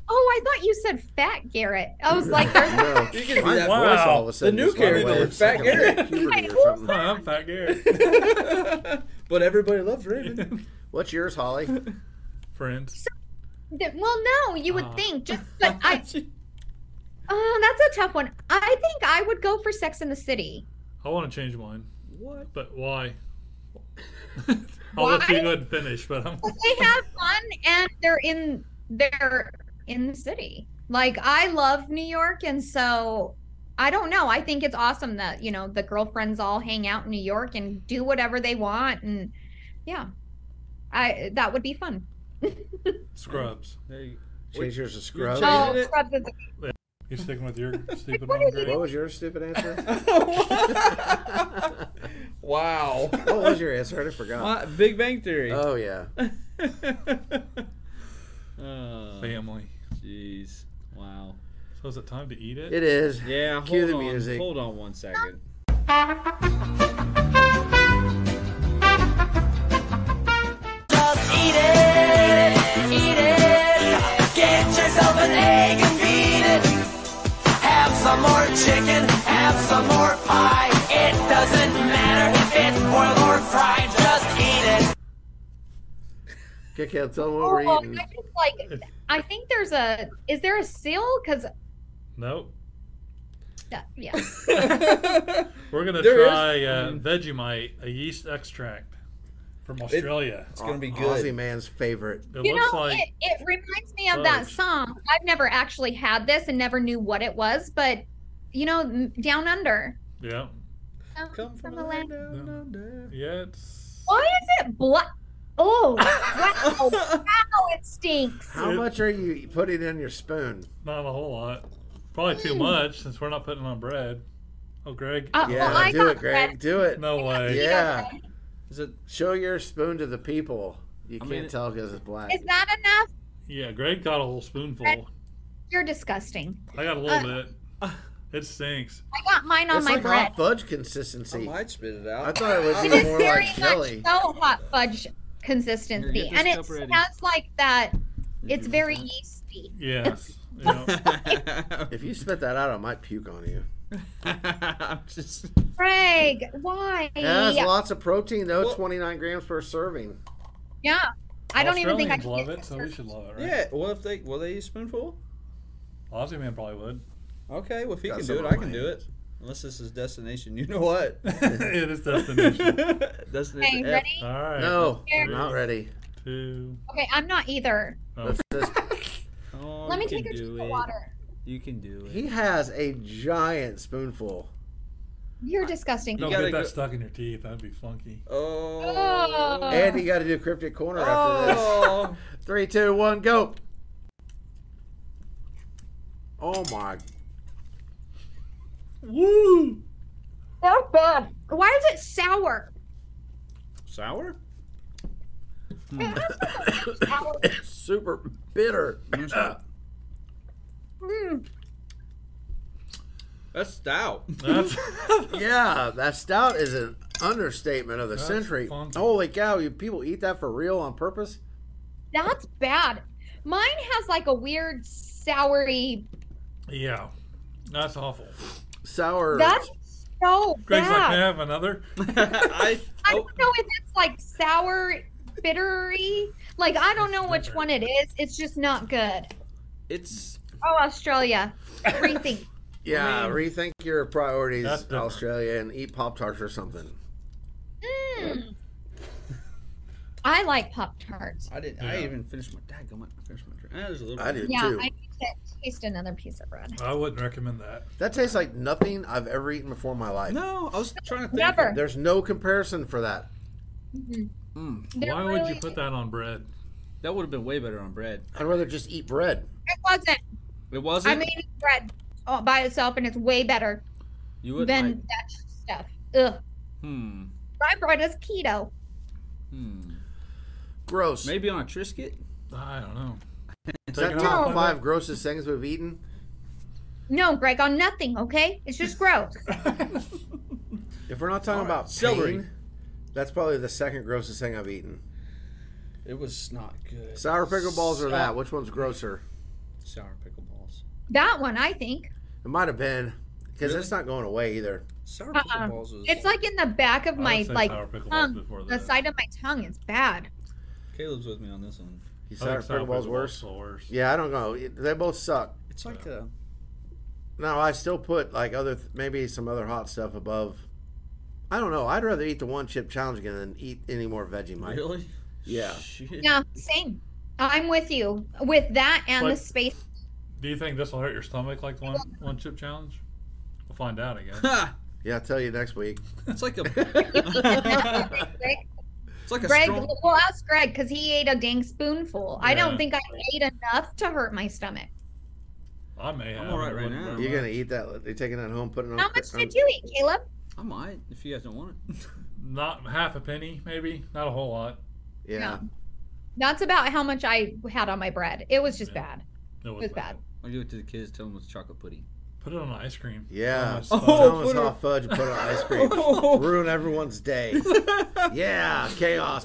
Speaker 3: Oh, I thought you said Fat Garrett. I was like, there's
Speaker 4: *laughs* No.
Speaker 5: You can
Speaker 4: My
Speaker 5: do that.
Speaker 1: Wow.
Speaker 4: voice all of a sudden
Speaker 5: The new
Speaker 4: just went away.
Speaker 1: character,
Speaker 4: It's
Speaker 5: Fat
Speaker 4: like I'm
Speaker 5: Garrett.
Speaker 4: in puberty or
Speaker 3: Who's
Speaker 4: something.
Speaker 1: Hi, I'm Fat
Speaker 3: *laughs*
Speaker 1: Garrett.
Speaker 5: *laughs* but everybody loves Raymond.
Speaker 4: What's yours, Holly?
Speaker 1: Friends.
Speaker 3: *laughs* Th- Well, no, you would
Speaker 1: Ah.
Speaker 3: think. Just, but
Speaker 5: *laughs*
Speaker 3: I. Oh, that's a tough one. I think I would go for Sex in the City.
Speaker 1: I want to change mine,
Speaker 2: What?
Speaker 1: but
Speaker 3: *laughs*
Speaker 1: why? I'll let you
Speaker 3: Why?
Speaker 1: go ahead and finish, but
Speaker 3: *laughs*
Speaker 1: I'm.
Speaker 3: They have fun, and they're in they're in the city. Like I love New York, and so I don't know. I think it's awesome that you know the girlfriends all hang out in New York and do whatever they want, and yeah, I that would be fun.
Speaker 1: Scrubs.
Speaker 2: There you-
Speaker 4: Change yours to Scrubs.
Speaker 2: changing
Speaker 3: Oh,
Speaker 2: it?
Speaker 3: Scrubs is-
Speaker 1: You sticking with
Speaker 3: *laughs*
Speaker 1: your stupid
Speaker 3: What
Speaker 1: one,
Speaker 3: are you-
Speaker 1: Greg?
Speaker 4: What was your
Speaker 3: *laughs*
Speaker 4: stupid answer?
Speaker 5: wow.
Speaker 4: what was your answer? I forgot.
Speaker 2: My- Big Bang Theory.
Speaker 4: Oh yeah.
Speaker 2: *laughs* oh,
Speaker 1: Family.
Speaker 2: jeez. Wow.
Speaker 1: So is it time to eat it?
Speaker 4: It is.
Speaker 2: Yeah, hold
Speaker 4: Cue the
Speaker 2: on.
Speaker 4: music.
Speaker 2: Hold on one second.
Speaker 6: Just eat it, eat it. Get yourself an egg and beat it. Have some more chicken, have some more pie. It doesn't matter if it's boiled or fried, just eat it.
Speaker 4: Kick out. Tell them what
Speaker 3: Oh,
Speaker 4: we're
Speaker 3: I
Speaker 4: eating.
Speaker 3: just like I think there's a is there a seal? Because
Speaker 1: Nope.
Speaker 3: yeah.
Speaker 5: *laughs* it's
Speaker 1: We're gonna
Speaker 5: There is-
Speaker 1: try uh, Vegemite, a yeast extract from Australia.
Speaker 5: gonna be
Speaker 4: Aussie
Speaker 5: good.
Speaker 4: man's favorite.
Speaker 1: It,
Speaker 3: You
Speaker 1: looks
Speaker 3: know,
Speaker 1: like
Speaker 3: it, it reminds me of that
Speaker 1: fudge.
Speaker 3: song. I've never actually had this and never knew what it was, but you know, m- down under.
Speaker 1: yeah,
Speaker 3: Um,
Speaker 5: Come from
Speaker 3: the
Speaker 5: a land
Speaker 3: land-
Speaker 5: down under.
Speaker 1: yeah. It's
Speaker 3: Why is it black? Oh, wow. wow, it stinks.
Speaker 4: How much are you putting in your spoon?
Speaker 1: not a whole lot. Probably too much since we're not putting on bread. Oh, Greg.
Speaker 3: Hmm. Uh,
Speaker 4: Yeah,
Speaker 3: well, I
Speaker 4: do
Speaker 3: got
Speaker 4: it, Greg.
Speaker 3: bread.
Speaker 4: Do it.
Speaker 1: no way.
Speaker 4: Yeah.
Speaker 2: Is it?
Speaker 4: Show your spoon to the people. You
Speaker 2: I
Speaker 4: can't
Speaker 2: mean, it-
Speaker 4: tell because it's black.
Speaker 3: Is that enough?
Speaker 1: Yeah, Greg got a whole spoonful.
Speaker 3: Bread. You're disgusting.
Speaker 1: I got a little bit. It stinks.
Speaker 3: I got mine on
Speaker 4: it's
Speaker 3: my
Speaker 4: like
Speaker 3: bread.
Speaker 4: hot fudge
Speaker 5: I
Speaker 4: consistency. I
Speaker 5: might spit it out.
Speaker 4: thought
Speaker 3: *laughs*
Speaker 4: it would
Speaker 3: It
Speaker 4: be
Speaker 3: is
Speaker 4: *laughs* more
Speaker 3: very
Speaker 4: like
Speaker 3: much
Speaker 4: jelly.
Speaker 3: so hot fudge
Speaker 2: Here,
Speaker 3: consistency,
Speaker 2: get this
Speaker 3: and it
Speaker 2: cup ready.
Speaker 3: has like that. It's
Speaker 2: doing
Speaker 3: very
Speaker 2: that.
Speaker 3: yeasty.
Speaker 1: Yes. yeah.
Speaker 4: If you spit that out, I might puke on you. *laughs*
Speaker 2: I'm just.
Speaker 3: Greg, why?
Speaker 4: It has lots of protein though,
Speaker 5: Well-
Speaker 4: 29 grams per serving.
Speaker 3: Yeah. *laughs* I don't even think I
Speaker 1: Australians
Speaker 3: can
Speaker 1: love
Speaker 3: get
Speaker 1: it, so we should love it, right?
Speaker 2: Yeah. Well, if they will they use spoonful?
Speaker 1: Aussie man probably would. *laughs*
Speaker 2: Okay. Well, if he
Speaker 4: Got
Speaker 2: can
Speaker 4: some
Speaker 2: do it,
Speaker 4: on
Speaker 2: I
Speaker 4: my
Speaker 2: can do it.
Speaker 4: hands.
Speaker 2: Unless this is destination. You know
Speaker 4: *laughs*
Speaker 2: what? *laughs*
Speaker 1: it is destination.
Speaker 2: destination.
Speaker 3: Okay,
Speaker 2: F.
Speaker 3: ready?
Speaker 1: All right.
Speaker 4: No,
Speaker 3: Here.
Speaker 4: I'm not ready.
Speaker 1: Two.
Speaker 3: Okay, I'm not either.
Speaker 1: Oh.
Speaker 4: Let's just-
Speaker 7: Oh,
Speaker 3: Let me
Speaker 7: you
Speaker 3: take a
Speaker 7: can
Speaker 3: drink
Speaker 7: do
Speaker 3: of
Speaker 7: it.
Speaker 3: water.
Speaker 7: You can do it.
Speaker 4: he has a giant spoonful.
Speaker 3: You're disgusting.
Speaker 1: Don't get
Speaker 2: gotta
Speaker 1: that
Speaker 2: go-
Speaker 1: stuck in your teeth. That'd be
Speaker 2: *laughs*
Speaker 1: funky.
Speaker 2: Oh.
Speaker 3: Oh.
Speaker 4: And you got to do cryptic corner after
Speaker 2: Oh.
Speaker 4: this. Three, two, one, go. Oh my!
Speaker 1: Woo!
Speaker 3: So bad. Why is it sour?
Speaker 2: Sour?
Speaker 3: Sour.
Speaker 4: Super
Speaker 2: *coughs*
Speaker 4: bitter.
Speaker 2: Mmm.
Speaker 3: Mm.
Speaker 2: That's stout.
Speaker 1: That's
Speaker 4: yeah, that stout is an understatement of the
Speaker 1: That's
Speaker 4: century.
Speaker 1: funky.
Speaker 4: Holy cow! You people eat that for real on purpose?
Speaker 3: That's bad. Mine has like a weird soury.
Speaker 1: yeah. That's awful.
Speaker 4: Sour.
Speaker 3: That's so
Speaker 1: Greg's like, can I
Speaker 3: bad.
Speaker 1: have another?
Speaker 2: *laughs* I,
Speaker 3: I
Speaker 2: oh,
Speaker 3: don't know if it's like sour, bittery. Like I don't know which
Speaker 1: bitter.
Speaker 3: one it is. It's just not good.
Speaker 2: it's
Speaker 3: Oh, Australia,
Speaker 1: *laughs*
Speaker 3: rethink.
Speaker 4: yeah,
Speaker 2: I mean-
Speaker 4: rethink your priorities,
Speaker 1: That's different.
Speaker 4: Australia, and eat Pop Tarts or something.
Speaker 3: Mm. I like Pop Tarts.
Speaker 2: I didn't. I
Speaker 1: Yeah.
Speaker 2: even finished my. Dang, I finished my drink. Ah, there's a little.
Speaker 4: I do
Speaker 3: Yeah,
Speaker 4: too.
Speaker 3: I need to taste another piece of bread.
Speaker 1: I wouldn't recommend that.
Speaker 4: That tastes like nothing I've ever eaten before in my life.
Speaker 2: No, I was trying to think.
Speaker 3: Never.
Speaker 4: There's no comparison for that.
Speaker 3: Mm-hmm. They're
Speaker 1: Hmm. Why would
Speaker 3: really-
Speaker 1: you put that on bread?
Speaker 2: That would have been way better on bread.
Speaker 4: I'd rather just eat bread.
Speaker 3: It wasn't.
Speaker 2: It wasn't.
Speaker 3: I made it bread all by itself, and it's way better
Speaker 2: you would
Speaker 3: than
Speaker 2: like.
Speaker 3: that stuff. Ugh.
Speaker 2: Hmm.
Speaker 3: My bread is keto.
Speaker 2: Hmm.
Speaker 4: Gross.
Speaker 2: Maybe on a Trisket.
Speaker 1: I don't know.
Speaker 4: Is
Speaker 1: Take
Speaker 4: that
Speaker 1: it
Speaker 4: top
Speaker 1: off.
Speaker 4: five grossest things we've eaten?
Speaker 3: No, Greg, on nothing. Okay, it's
Speaker 1: *laughs*
Speaker 3: just gross.
Speaker 4: If we're not talking about
Speaker 2: Celery.
Speaker 4: pain, that's probably the second grossest thing I've eaten.
Speaker 2: It was not good.
Speaker 4: Sour pickle balls
Speaker 2: Sour-
Speaker 4: or that? Which one's grosser?
Speaker 2: Sour pickle balls.
Speaker 3: that one, I think.
Speaker 4: It might have been, because it's not going away either.
Speaker 2: Sour pickle
Speaker 3: Uh-uh.
Speaker 2: balls was.
Speaker 3: It's like in the back of
Speaker 1: I
Speaker 3: my
Speaker 1: would say
Speaker 3: like
Speaker 1: sour pickle balls
Speaker 3: tongue,
Speaker 1: before
Speaker 3: the
Speaker 1: that.
Speaker 3: side of my tongue. It's bad.
Speaker 2: Caleb's with me on this one.
Speaker 4: You
Speaker 1: I
Speaker 4: sour
Speaker 1: think
Speaker 4: pickle balls worse?
Speaker 1: still worse.
Speaker 4: Yeah, I don't know. They both suck.
Speaker 2: It's like a.
Speaker 4: No, I still put like other th- maybe some other hot stuff above. I don't know. I'd rather eat the one chip challenge again than eat any more Vegemite.
Speaker 2: Really?
Speaker 4: Yeah.
Speaker 2: Shit. *laughs*
Speaker 3: Yeah, same. I'm with you with that and the
Speaker 1: But-
Speaker 3: space.
Speaker 1: Do you think this will hurt your stomach like the one one chip challenge? We'll find out, I
Speaker 3: *laughs*
Speaker 1: guess.
Speaker 2: Ha!
Speaker 4: Yeah, I'll tell you next week.
Speaker 2: It's
Speaker 4: *laughs*
Speaker 2: like a.
Speaker 3: Greg,
Speaker 2: it's like a
Speaker 3: Greg
Speaker 2: strong.
Speaker 3: we'll ask Greg because he ate a dang spoonful. I don't
Speaker 1: Yeah.
Speaker 3: think I ate enough to hurt my stomach.
Speaker 1: I may have.
Speaker 2: all right
Speaker 1: it
Speaker 2: right
Speaker 1: wouldn't
Speaker 2: now.
Speaker 1: hurt
Speaker 4: You're
Speaker 1: much.
Speaker 4: gonna eat that? You're taking that home, putting it on.
Speaker 3: How much did you eat, Caleb?
Speaker 2: I might if you guys don't want it. *laughs*
Speaker 1: Not half a penny, maybe. Not a whole lot.
Speaker 4: Yeah.
Speaker 3: That's about how much I had on my bread. It was just
Speaker 1: Yeah.
Speaker 3: bad.
Speaker 1: It
Speaker 3: was bad.
Speaker 2: I'll give it to the kids. Tell them it's chocolate
Speaker 4: *laughs*
Speaker 2: pudding.
Speaker 1: Put it on ice cream.
Speaker 3: *laughs*
Speaker 4: Yeah.
Speaker 1: Oh,
Speaker 2: Oh,
Speaker 4: Thomas
Speaker 2: put it-
Speaker 4: hot fudge, put it on ice cream. Ruin everyone's day. Yeah, chaos,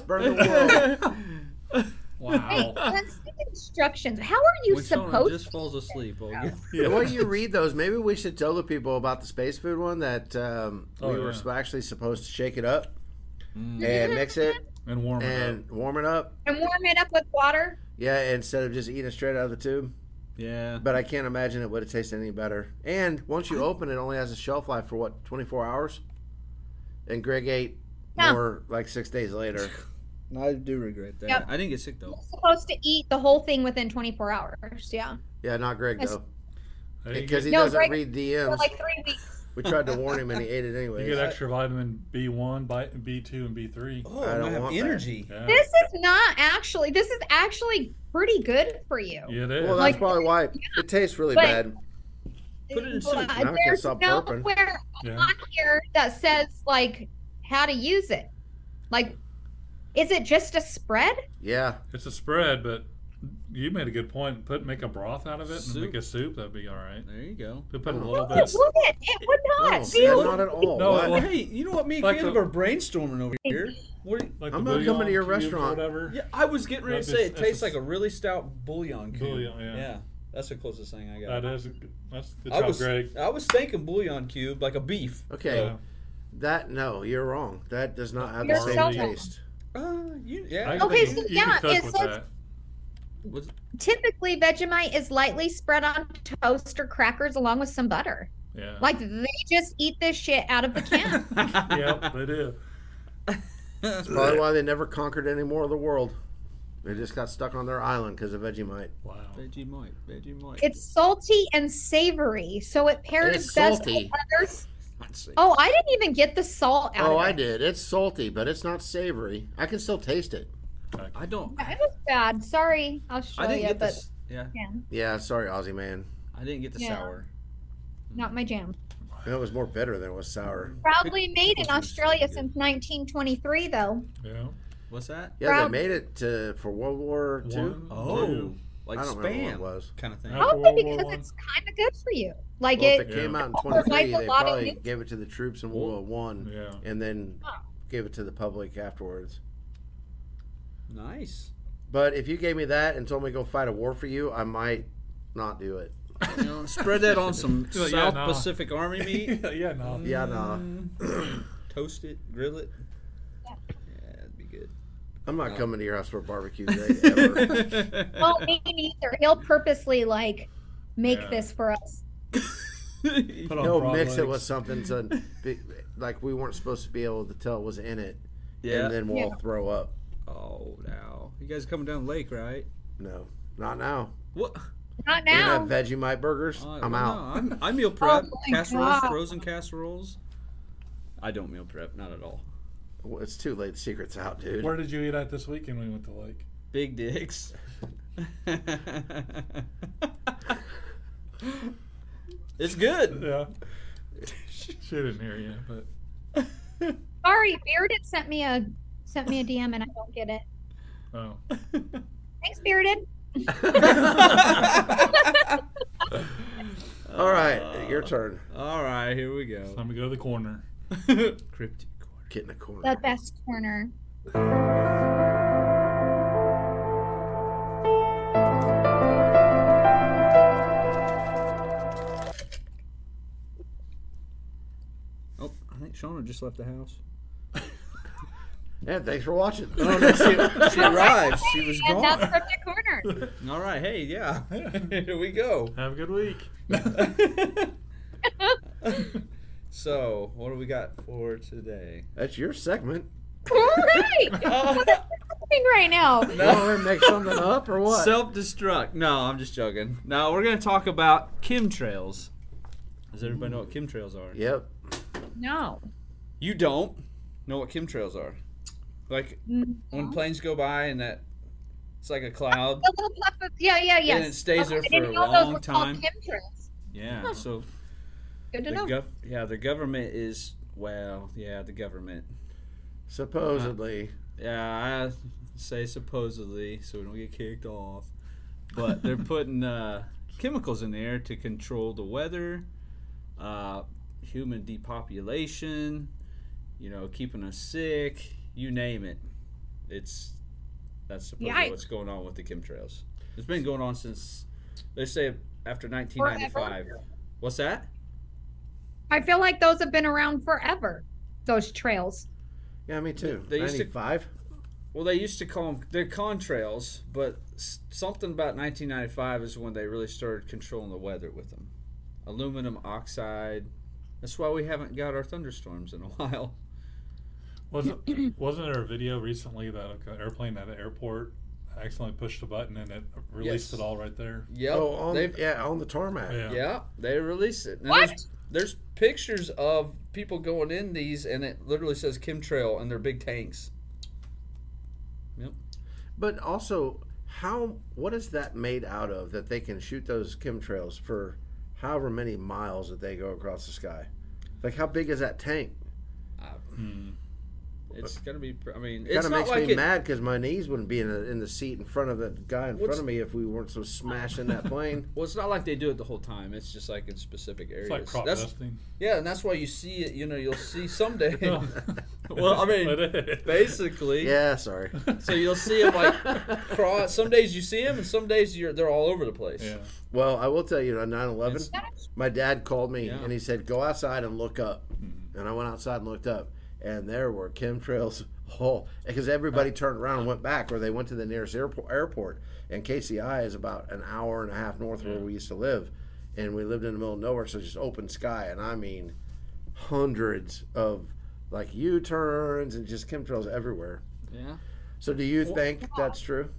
Speaker 1: *laughs*
Speaker 4: burn the
Speaker 2: *laughs*
Speaker 3: *laughs* Hey,
Speaker 1: Wow.
Speaker 3: let's see the instructions. How are you
Speaker 2: When Shona
Speaker 3: supposed?
Speaker 2: just falls asleep, oh, yeah.
Speaker 1: Yeah.
Speaker 4: world. Well, you read those. Maybe we should tell the people about the space food one that um,
Speaker 1: Oh,
Speaker 4: we were
Speaker 1: yeah.
Speaker 4: actually supposed to shake it up
Speaker 2: Mm,
Speaker 4: and mix it
Speaker 1: *laughs* And warm it up.
Speaker 4: and warm it up.
Speaker 3: and warm it up with water.
Speaker 4: Yeah, instead of just eating it straight out of the tube.
Speaker 2: yeah.
Speaker 4: But I can't imagine it would have tasted any better. And once you open it, it only has a shelf life for what, 24 hours? And Greg ate
Speaker 3: Yeah.
Speaker 4: more like six days later.
Speaker 2: I do regret that.
Speaker 3: Yep.
Speaker 2: I didn't get sick though.
Speaker 3: You're supposed to eat the whole thing within 24 hours. Yeah,
Speaker 4: Yeah, not Greg,
Speaker 3: That's-
Speaker 4: though.
Speaker 1: Hey, you,
Speaker 4: Because
Speaker 1: get,
Speaker 4: he
Speaker 3: No,
Speaker 4: doesn't
Speaker 3: Greg-
Speaker 4: read
Speaker 3: for
Speaker 4: DMs.
Speaker 3: like three weeks.
Speaker 4: we tried to warn him and he ate it anyway.
Speaker 1: you get extra vitamin B1, bi- B2, and B3.
Speaker 2: Oh,
Speaker 4: I
Speaker 2: I
Speaker 4: don't
Speaker 2: have
Speaker 4: want that.
Speaker 2: energy.
Speaker 1: Yeah.
Speaker 3: This is not actually. This is actually pretty good for you.
Speaker 1: Yeah, it is.
Speaker 4: Well, that's
Speaker 3: Like-
Speaker 4: probably why it tastes really
Speaker 3: But-
Speaker 4: bad.
Speaker 2: Put it in
Speaker 3: Well,
Speaker 2: soup.
Speaker 3: uh,
Speaker 4: Now I can't
Speaker 3: There's
Speaker 4: stop burping.
Speaker 3: nowhere
Speaker 1: Yeah.
Speaker 3: on here that says like how to use it. Like, is it just a spread?
Speaker 4: Yeah,
Speaker 1: it's a spread, but you made a good point. Put make a broth out of it and
Speaker 2: Soup.
Speaker 1: make a soup. That'd be all right.
Speaker 2: There you go.
Speaker 1: But put a
Speaker 4: No,
Speaker 1: little
Speaker 3: No,
Speaker 1: bit.
Speaker 3: it wouldn't. It would
Speaker 4: no,
Speaker 3: not. Do
Speaker 4: yeah,
Speaker 3: you-
Speaker 4: not at all.
Speaker 1: No,
Speaker 4: What?
Speaker 1: it wasn't.
Speaker 2: Hey, you know what? Me and
Speaker 1: Oh, Like
Speaker 2: Caleb
Speaker 1: the-
Speaker 2: are brainstorming over here. What? Are you,
Speaker 1: Like
Speaker 4: I'm
Speaker 1: the
Speaker 4: not coming to
Speaker 1: bouillon
Speaker 4: your
Speaker 1: cubes or
Speaker 4: restaurant.
Speaker 1: Whatever.
Speaker 2: yeah, I was getting ready to
Speaker 1: That
Speaker 2: say
Speaker 1: is-
Speaker 2: it tastes
Speaker 1: that's a-
Speaker 2: like a really stout bouillon. Cube.
Speaker 1: Bouillon, yeah.
Speaker 2: that's the closest thing I got.
Speaker 1: That is. a good- That's good
Speaker 2: I
Speaker 1: job,
Speaker 2: was
Speaker 1: Greg.
Speaker 2: I was thinking bouillon cube like a beef.
Speaker 4: Okay,
Speaker 1: Yeah.
Speaker 4: that, no, you're wrong. That does not have
Speaker 3: You're
Speaker 4: the same
Speaker 3: so wrong.
Speaker 4: taste.
Speaker 2: Uh, you,
Speaker 1: I
Speaker 2: yeah.
Speaker 1: think
Speaker 3: Okay,
Speaker 1: you-
Speaker 3: so
Speaker 1: you
Speaker 3: yeah,
Speaker 1: can cook
Speaker 3: it's
Speaker 1: with
Speaker 3: like-
Speaker 1: that.
Speaker 2: What's-
Speaker 3: Typically, Vegemite is lightly spread on toast or crackers along with some butter.
Speaker 1: Yeah.
Speaker 3: Like they just eat this shit out of
Speaker 2: *laughs*
Speaker 3: the can.
Speaker 1: *laughs* yep, they do.
Speaker 4: That's probably why they never conquered any more of the world. They just got stuck on their island because of Vegemite.
Speaker 1: Wow.
Speaker 2: Vegemite, Vegemite.
Speaker 3: it's salty and savory, so it pairs
Speaker 4: It's
Speaker 3: best
Speaker 4: salty.
Speaker 3: with others.
Speaker 4: Let's see.
Speaker 3: Oh, I didn't even get the salt out.
Speaker 4: Oh,
Speaker 3: of it.
Speaker 4: I did. It's salty, but it's not savory. I can still taste it.
Speaker 2: I don't.
Speaker 3: Yeah, It was bad. Sorry, I'll show
Speaker 2: I didn't
Speaker 3: you,
Speaker 2: get
Speaker 3: but
Speaker 2: this. Yeah,
Speaker 4: Yeah, sorry, Aussie man.
Speaker 2: I didn't get the
Speaker 3: Yeah.
Speaker 2: sour.
Speaker 3: not my jam.
Speaker 4: That was more bitter than it was sour.
Speaker 3: Proudly made in
Speaker 2: pickles are
Speaker 3: Australia
Speaker 2: so good.
Speaker 3: since 1923, though.
Speaker 1: Yeah.
Speaker 2: What's that?
Speaker 4: Yeah,
Speaker 3: Brown-
Speaker 4: they made it to for World War Two.
Speaker 1: One,
Speaker 2: Oh,
Speaker 1: two.
Speaker 2: like
Speaker 4: I don't remember what it
Speaker 2: spam
Speaker 4: was.
Speaker 2: kind of thing.
Speaker 1: Huh? After
Speaker 3: Probably
Speaker 1: World War
Speaker 3: because
Speaker 1: One.
Speaker 3: it's kind of good for you. Like
Speaker 4: Well, if
Speaker 3: it,
Speaker 4: it
Speaker 1: Yeah.
Speaker 4: came out in
Speaker 3: Or like
Speaker 4: 23,
Speaker 3: a
Speaker 4: they
Speaker 3: lot of
Speaker 4: probably
Speaker 3: new-
Speaker 4: gave it to the troops in World War One, *laughs*
Speaker 1: Yeah. *laughs*
Speaker 4: and then
Speaker 3: Huh.
Speaker 4: gave it to the public afterwards.
Speaker 2: Nice.
Speaker 4: But if you gave me that and told me to go fight a war for you, I might not do it.
Speaker 2: You know, spread that on some
Speaker 1: *laughs* Yeah,
Speaker 2: South
Speaker 1: nah. *laughs*
Speaker 2: Pacific Army meat.
Speaker 1: yeah, no.
Speaker 4: Yeah, nah.
Speaker 2: Mm. Toast it, grill it. Yeah, that'd be good.
Speaker 4: I'm not coming to your house for
Speaker 2: *laughs*
Speaker 4: a barbecue day ever.
Speaker 3: well, me neither. He'll purposely like make
Speaker 1: Yeah.
Speaker 3: this for us.
Speaker 1: Put on
Speaker 4: He'll
Speaker 1: frog
Speaker 4: mix it
Speaker 1: legs.
Speaker 4: with something so, be- like we weren't supposed to be able to tell was in it,
Speaker 2: yeah.
Speaker 4: and then we'll
Speaker 3: Yeah.
Speaker 4: throw up.
Speaker 2: oh no, you guys coming down the lake, right?
Speaker 4: No, not now.
Speaker 2: What?
Speaker 3: Not
Speaker 4: We
Speaker 3: now.
Speaker 4: have Vegemite burgers.
Speaker 2: Uh,
Speaker 4: I'm
Speaker 2: no,
Speaker 4: out. *laughs*
Speaker 2: I'm, I meal prep.
Speaker 3: Oh my
Speaker 2: casseroles,
Speaker 3: God.
Speaker 2: frozen casseroles. I don't meal prep, not at all.
Speaker 4: Well, It's too late. The secret's out, dude.
Speaker 1: Where did you eat at this weekend when we went to Lake?
Speaker 2: Big *laughs* dicks. it's *laughs* good.
Speaker 1: Yeah. *laughs* she didn't hear you, but
Speaker 3: Sorry, Bearded sent me a sent me a DM and I don't get it.
Speaker 1: oh.
Speaker 3: Thanks, Bearded.
Speaker 4: *laughs* All right, your turn.
Speaker 2: All right, here we *laughs* go.
Speaker 1: Time to go to the corner.
Speaker 2: Cryptic corner.
Speaker 4: Get in the corner.
Speaker 3: The best corner.
Speaker 2: Oh, I think Shauna just left the
Speaker 3: *laughs*
Speaker 2: house.
Speaker 4: And thanks for watching.
Speaker 2: *laughs* Oh no, she, she arrived. She was
Speaker 3: And that's
Speaker 2: gone.
Speaker 3: from the
Speaker 2: *laughs*
Speaker 3: corner.
Speaker 2: All right, hey, yeah, here we go.
Speaker 1: Have a good week.
Speaker 5: So, what do we got for today?
Speaker 4: That's your segment.
Speaker 2: *laughs*
Speaker 3: All right. What's happening right now?
Speaker 4: You want to make something up or what?
Speaker 2: Self destruct. No, I'm just joking. No, we're gonna talk about chemtrails. Does everybody know what chemtrails are?
Speaker 4: yep.
Speaker 3: No.
Speaker 2: You don't know what chemtrails are. Like
Speaker 3: Mm.
Speaker 5: When planes go by and that, it's like a
Speaker 3: *laughs*
Speaker 5: cloud.
Speaker 3: The little puff of yeah, yeah, yes.
Speaker 2: it stays there
Speaker 3: I didn't
Speaker 2: for a
Speaker 3: know those
Speaker 2: long
Speaker 3: were called
Speaker 2: time.
Speaker 3: chemtrails.
Speaker 2: yeah, so
Speaker 3: Good to
Speaker 2: the
Speaker 3: know.
Speaker 2: gov- yeah, the government is well, yeah, the government.
Speaker 4: Supposedly.
Speaker 2: Yeah, I say supposedly, so we don't get kicked off. But they're putting uh, chemicals in the air to control the weather, uh, human depopulation, you know, keeping us sick, you name it. It's that's supposedly
Speaker 3: Yikes.
Speaker 2: what's going on with the chemtrails. It's been going on since they say after 1995. What's that?
Speaker 3: I feel like those have been around forever. Those trails.
Speaker 4: Yeah, me too.
Speaker 2: They used to-
Speaker 4: 95.
Speaker 2: Well, they used to call them they're contrails, but s- something about 1995 is when they really started controlling the weather with them. Aluminum oxide. That's why we haven't got our thunderstorms in a *laughs* while.
Speaker 1: Wasn't wasn't there a video recently that an airplane at an airport accidentally pushed a button and it released
Speaker 2: Yes.
Speaker 1: it all right there?
Speaker 2: Yep.
Speaker 4: oh, on,
Speaker 2: they've-
Speaker 4: yeah, on the tarmac.
Speaker 1: Yeah.
Speaker 2: yeah, they release it. Now,
Speaker 3: What?
Speaker 2: There's,
Speaker 5: There's pictures of people going in these, and it literally says chemtrail, and they're big tanks.
Speaker 4: But also, how? What is that made out of that they can shoot those chemtrails for however many miles that they go across the sky? Like, how big is that tank?
Speaker 2: it's gonna be. pr- I mean,
Speaker 4: Kind
Speaker 2: it's
Speaker 4: of
Speaker 2: not
Speaker 4: makes
Speaker 2: like
Speaker 4: me
Speaker 2: it,
Speaker 4: mad because my knees wouldn't be in the, in the seat in front of the guy in front of me if we weren't so smashing that plane.
Speaker 2: *laughs* well, it's not like they do it the whole
Speaker 5: Whole time, it's just like in specific areas.
Speaker 1: It's like crop
Speaker 5: that's
Speaker 1: dusting.
Speaker 5: yeah, and that's why you see it. You know, you'll see
Speaker 1: *laughs*
Speaker 2: *laughs*
Speaker 5: someday.
Speaker 1: well,
Speaker 5: I mean, Basically,
Speaker 4: Yeah, sorry.
Speaker 5: so you'll see them
Speaker 4: *laughs*
Speaker 5: like cross. Some days you see them, and some days you're they're all over the place.
Speaker 1: Yeah.
Speaker 4: Well, I will tell you, on 9 11,
Speaker 3: That is-
Speaker 4: my dad called me
Speaker 2: Yeah.
Speaker 4: and he said, Go outside and look up. And I went outside and looked up. and there were chemtrails. *laughs* Oh, because everybody turned around and went back, or they went to the nearest airport. Airport, and KCI is about an hour and a half north of where we used to live, and we lived in the middle of nowhere, so just open sky, and I mean, hundreds of like U turns and just chemtrails everywhere.
Speaker 2: Yeah.
Speaker 4: So, do you think that's true?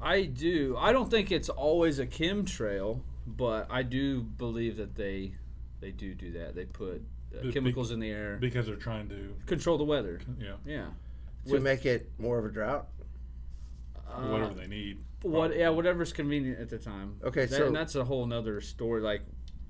Speaker 2: I do. I don't think it's always a chemtrail, but I do believe that they they do do that. They put uh,
Speaker 1: Be-
Speaker 2: chemicals in the air,
Speaker 1: because they're trying to,
Speaker 2: control the weather.
Speaker 1: yeah,
Speaker 2: Yeah.
Speaker 4: To make it more of a drought?
Speaker 1: whatever they need. Oh.
Speaker 2: What? Yeah, whatever's convenient at the time.
Speaker 4: Okay,
Speaker 2: That-
Speaker 4: so-
Speaker 2: and that's a whole nother story. Like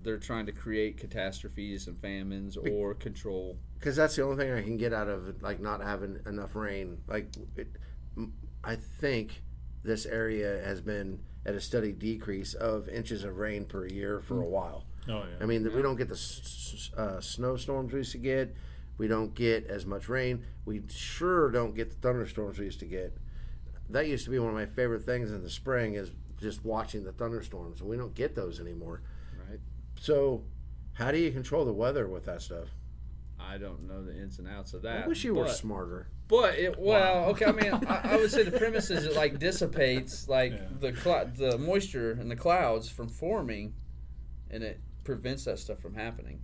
Speaker 2: they're trying to create catastrophes and famines or control.
Speaker 4: because that's the only thing I can get out of like not having enough rain. Like, it, m- I think this area has been at a steady decrease of inches of rain per year for a while.
Speaker 1: Oh yeah.
Speaker 4: I mean, we don't get the s- s- uh, snowstorms we used to get. We don't get as much rain. We sure don't get the thunderstorms we used to get. That used to be one of my favorite things in the spring is just watching the thunderstorms. We don't get those anymore.
Speaker 2: Right.
Speaker 4: So, how do you control the weather with that stuff?
Speaker 2: I don't know the ins and outs of that.
Speaker 4: I wish you were
Speaker 2: but-
Speaker 4: smarter.
Speaker 5: But it well, okay. I mean, I, I would say the premise is it
Speaker 1: *laughs*
Speaker 5: like dissipates like
Speaker 1: Yeah.
Speaker 5: the cl- the moisture in the clouds from forming, and it prevents that stuff from happening.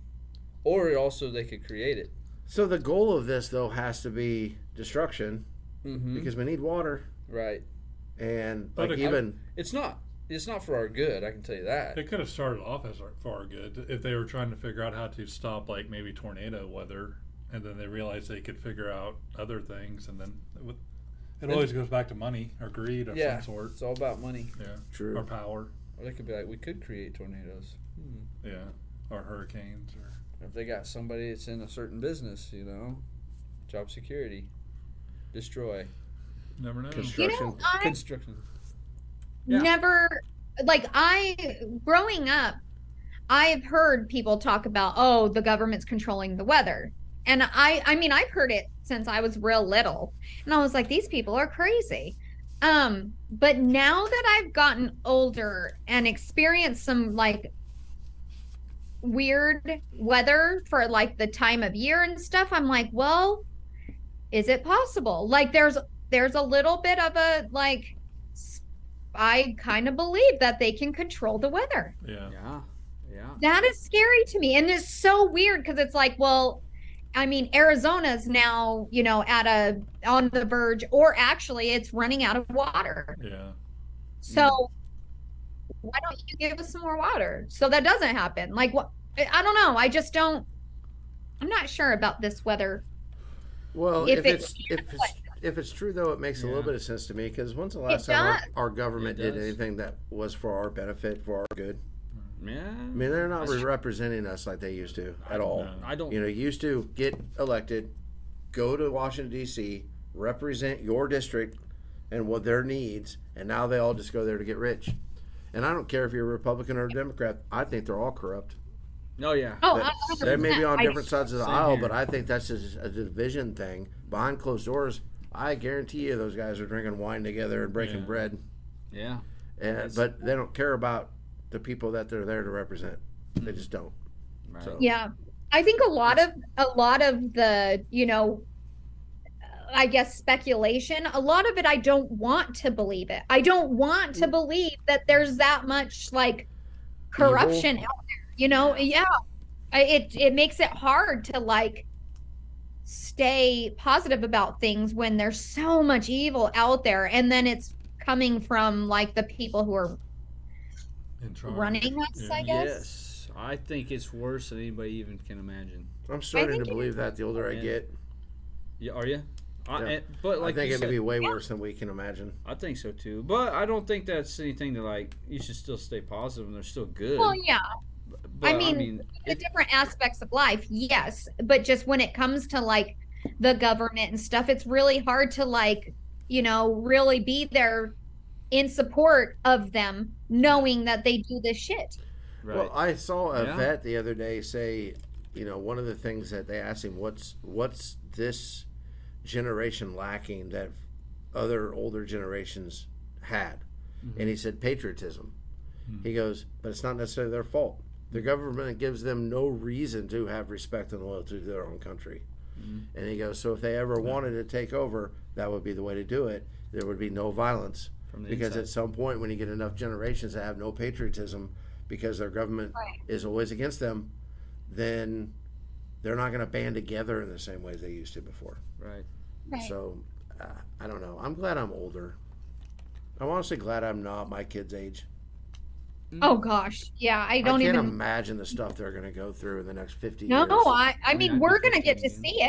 Speaker 5: Or also they could create it.
Speaker 4: So the goal of this though has to be destruction
Speaker 2: Hmm.
Speaker 5: Mm-hmm.
Speaker 4: because we need water
Speaker 5: Right.
Speaker 4: and
Speaker 1: But
Speaker 4: like
Speaker 1: it-
Speaker 4: even
Speaker 5: It's not. It's not for our good. I can tell you that.
Speaker 1: They could have started off as our- for our good if they were trying to figure out how to stop like maybe tornado weather, and then they realized they could figure out other things, and then it, would- it always goes back to money or greed of
Speaker 5: yeah.
Speaker 1: some sort.
Speaker 5: It's all about money.
Speaker 1: Yeah.
Speaker 4: True.
Speaker 1: Or power.
Speaker 5: Or they could be like, we could create tornadoes
Speaker 1: Yeah. Or hurricanes or
Speaker 5: if they got somebody that's in a certain business. You know, job security, destroy
Speaker 1: never know.
Speaker 4: Constru-
Speaker 3: You know,
Speaker 4: Construction.
Speaker 3: I
Speaker 5: construction.
Speaker 2: Yeah.
Speaker 3: never like I growing up, I've heard people talk about oh the government's controlling the weather, and I I mean I've heard it since I was real little, and I was like these people are crazy. Um, but now that I've gotten older and experienced some like weird weather for like the time of year and stuff, I'm like, well, is it possible? Like there's there's a little bit of a like s- I kind of believe that they can control the weather.
Speaker 1: yeah.
Speaker 2: Yeah. Yeah.
Speaker 3: That is scary to me. And it's so weird because it's like, well, I mean, Arizona's now, you know, at a on the verge, or actually it's running out of water.
Speaker 1: Yeah.
Speaker 3: So
Speaker 4: Mm-hmm.
Speaker 3: why don't you give us some more water? So that doesn't happen. Like what I I don't know. I just don't I'm not sure about this weather.
Speaker 4: well if,
Speaker 3: If it-
Speaker 4: it's if it's if it's true though it makes a little
Speaker 2: Yeah.
Speaker 4: bit of sense to me because when's the last time our,
Speaker 3: does.
Speaker 4: our government
Speaker 2: It
Speaker 4: did
Speaker 2: does.
Speaker 4: anything that was for our benefit for our good?
Speaker 2: Yeah.
Speaker 4: I mean they're not representing us like they used to at all.
Speaker 1: No.
Speaker 2: I don't.
Speaker 4: You know, you used to get elected, go to Washington D.C., represent your district and what their needs, and now they all just go there to get rich. And I don't care if you're a Republican or a Democrat. I think they're all corrupt.
Speaker 2: oh yeah.
Speaker 3: Oh,
Speaker 4: That-
Speaker 3: I-
Speaker 4: they may be on
Speaker 3: 100%. I-
Speaker 4: different sides of the
Speaker 2: Same
Speaker 4: aisle,
Speaker 2: here.
Speaker 4: but I think that's just a division thing behind closed doors. I guarantee you, those guys are drinking wine together and breaking
Speaker 1: Yeah.
Speaker 4: bread,
Speaker 2: Yeah.
Speaker 4: and, but they don't care about the people that they're there to represent.
Speaker 2: Hmm.
Speaker 4: They just don't.
Speaker 2: Right.
Speaker 4: So-
Speaker 3: yeah i think a lot of a lot of the you know i guess speculation a lot of it i don't want to believe it i don't want to believe that there's that much like corruption out there you know yeah I- it it makes it hard to like stay positive about things when there's so much evil out there and then it's coming from like the people who are
Speaker 1: In charge.
Speaker 3: running us i
Speaker 1: Yeah.
Speaker 3: guess
Speaker 2: Yes. I think it's worse than anybody even can imagine.
Speaker 4: I'm starting
Speaker 3: think
Speaker 4: to
Speaker 3: it-
Speaker 4: believe that the older I
Speaker 2: Yeah.
Speaker 4: get,
Speaker 2: Yeah, are you? I,
Speaker 4: Yeah.
Speaker 2: and- but like
Speaker 4: I think
Speaker 2: you
Speaker 4: it may
Speaker 2: said,
Speaker 4: be way worse than we can imagine.
Speaker 2: I think so too. But I don't think that's anything to like. You should still stay positive, and they're still good.
Speaker 3: well yeah
Speaker 2: but,
Speaker 3: mean, the different aspects of life yes but just when it comes to like the government and stuff it's really hard to like you know really be there in support of them knowing that they do this shit
Speaker 2: right.
Speaker 4: Well, I saw a
Speaker 2: Yeah.
Speaker 4: vet the other day say, you know, one of the things that they asked him, "What's what's this generation lacking that other older generations had?"
Speaker 2: Mm-hmm.
Speaker 4: And he said patriotism.
Speaker 2: Hmm.
Speaker 4: He goes, "But it's not necessarily their fault. The government gives them no reason to have respect and loyalty to their own country."
Speaker 2: Mm-hmm.
Speaker 4: And he goes, so if they ever wanted to take over, that would be the way to do it. There would be no violence
Speaker 2: From the
Speaker 4: because
Speaker 2: inside.
Speaker 4: at some point, when you get enough generations that have no patriotism because their government
Speaker 3: Right.
Speaker 4: is always against them, then they're not going to band together in the same way they used to before.
Speaker 2: Right.
Speaker 3: Right.
Speaker 4: So uh, I don't know. I'm glad I'm older. I'm honestly glad I'm not my kid's age.
Speaker 3: oh gosh, yeah. I don't
Speaker 4: can't
Speaker 3: even.
Speaker 4: imagine the stuff they're going to go through in the next 50
Speaker 3: no,
Speaker 4: years.
Speaker 3: I. I
Speaker 2: I mean,
Speaker 3: mean,
Speaker 2: I'd be
Speaker 3: we're gonna get
Speaker 2: 15
Speaker 3: to
Speaker 2: again.
Speaker 3: see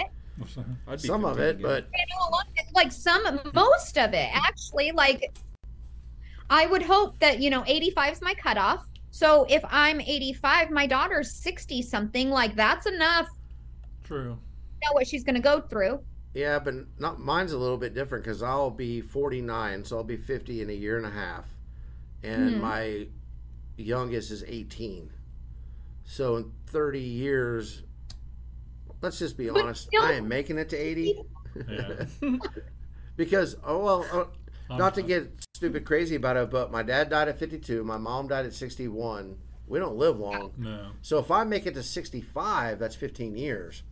Speaker 3: it.
Speaker 2: I'd be
Speaker 4: Some of
Speaker 2: 15
Speaker 4: it,
Speaker 2: again.
Speaker 4: but
Speaker 3: you know, a lot of it- like some most of it actually like i would hope that you know 85 is my cutoff so if i'm 85 my daughter's 60 something like that's enough
Speaker 1: *laughs*
Speaker 3: to
Speaker 1: True.
Speaker 3: know what she's going to go through
Speaker 4: yeah, but not mine's a little bit different because I'll be 49, so I'll be 50 in a year and a half, and
Speaker 3: Mhm.
Speaker 4: my youngest is 18. So in 30 years, let's just be
Speaker 3: But
Speaker 4: honest,
Speaker 3: still-
Speaker 4: I am making it to 80
Speaker 1: Yeah.
Speaker 4: *laughs* because oh well. Oh,
Speaker 1: I'm-
Speaker 4: not to get stupid crazy about it, but my dad died at 52. My mom died at 61. We don't live long.
Speaker 1: No.
Speaker 4: So if I make it to 65, that's 15 years.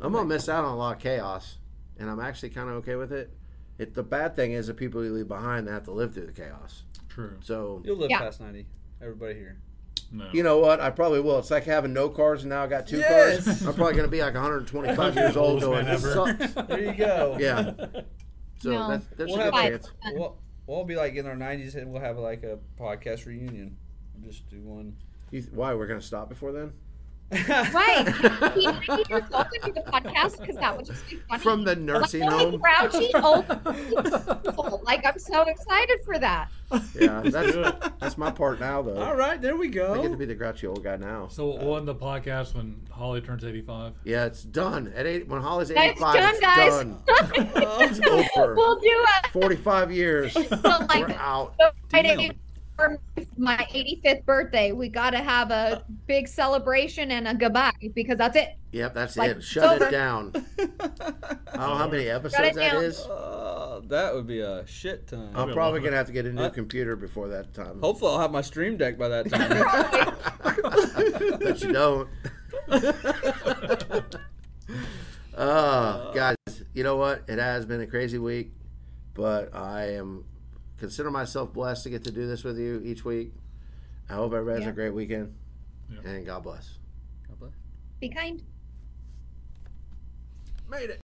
Speaker 4: I'm going to miss out on a lot of chaos, and I'm actually kind of okay with it. it. The bad thing is the people you leave behind that have to live through the chaos.
Speaker 1: True.
Speaker 4: So,
Speaker 5: You'll live
Speaker 3: Yeah.
Speaker 5: past ninety. Everybody
Speaker 4: *laughs*
Speaker 5: here.
Speaker 1: No.
Speaker 4: you know what? I probably will. It's like having no cars and now I got two
Speaker 5: Yes.
Speaker 4: cars. I'm probably going to be
Speaker 1: *laughs*
Speaker 4: like 125 years old
Speaker 1: Oldest
Speaker 4: going,
Speaker 1: man
Speaker 4: this
Speaker 1: ever. *laughs*
Speaker 4: sucks.
Speaker 5: There you go.
Speaker 3: *laughs*
Speaker 4: Yeah. So
Speaker 3: No.
Speaker 4: that's, there's
Speaker 5: We'll
Speaker 4: a
Speaker 5: have-
Speaker 4: good chance.
Speaker 3: uh,
Speaker 4: *laughs*
Speaker 5: We'll, we'll be like in our nineties, and we'll have like a podcast reunion. Just do one.
Speaker 4: You, why? We're going to stop before then?
Speaker 3: right Be 90 years old and do the podcast because that would just be funny
Speaker 4: From the nursing
Speaker 3: like, *laughs*
Speaker 4: home? *laughs*
Speaker 3: grouchy old people. like i'm so excited for that
Speaker 4: Yeah, that's, that's my part now,
Speaker 2: *laughs*
Speaker 4: though.
Speaker 2: All right, there we
Speaker 4: I get to
Speaker 2: go.
Speaker 4: be the grouchy old guy now.
Speaker 1: So we'll end the podcast when Holly turns 85.
Speaker 4: Yeah, it's done. At eight, when Holly's
Speaker 3: that's
Speaker 4: 85,
Speaker 3: done
Speaker 4: it's
Speaker 3: guys
Speaker 4: done.
Speaker 2: *laughs*
Speaker 3: *laughs*
Speaker 2: Oh,
Speaker 4: over.
Speaker 3: we'll do it
Speaker 4: 45 years. *laughs*
Speaker 3: But, like
Speaker 4: We're out.
Speaker 3: So Friday for my 85th birthday, we got to have a big celebration and a goodbye because that's it.
Speaker 4: Yep, that's
Speaker 3: Like,
Speaker 4: it. Shut it
Speaker 3: over.
Speaker 4: down. I don't know how many episodes that
Speaker 3: down.
Speaker 4: is.
Speaker 2: uh, that would be a shit ton.
Speaker 4: I'm
Speaker 1: Yeah, well,
Speaker 4: probably going to have to get a new
Speaker 2: uh,
Speaker 4: computer before that time.
Speaker 2: Hopefully, I'll have my stream deck by that time. *laughs*
Speaker 4: But you don't. uh, guys, you know what? It has been a crazy week, but I am consider myself blessed to get to do this with you each week. I hope everybody has
Speaker 3: Yeah.
Speaker 4: a great weekend,
Speaker 1: Yeah.
Speaker 4: and God bless.
Speaker 3: Be kind.
Speaker 4: Made it.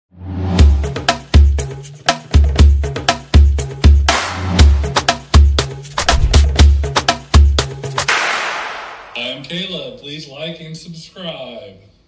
Speaker 1: I'm Caleb. Please like and subscribe.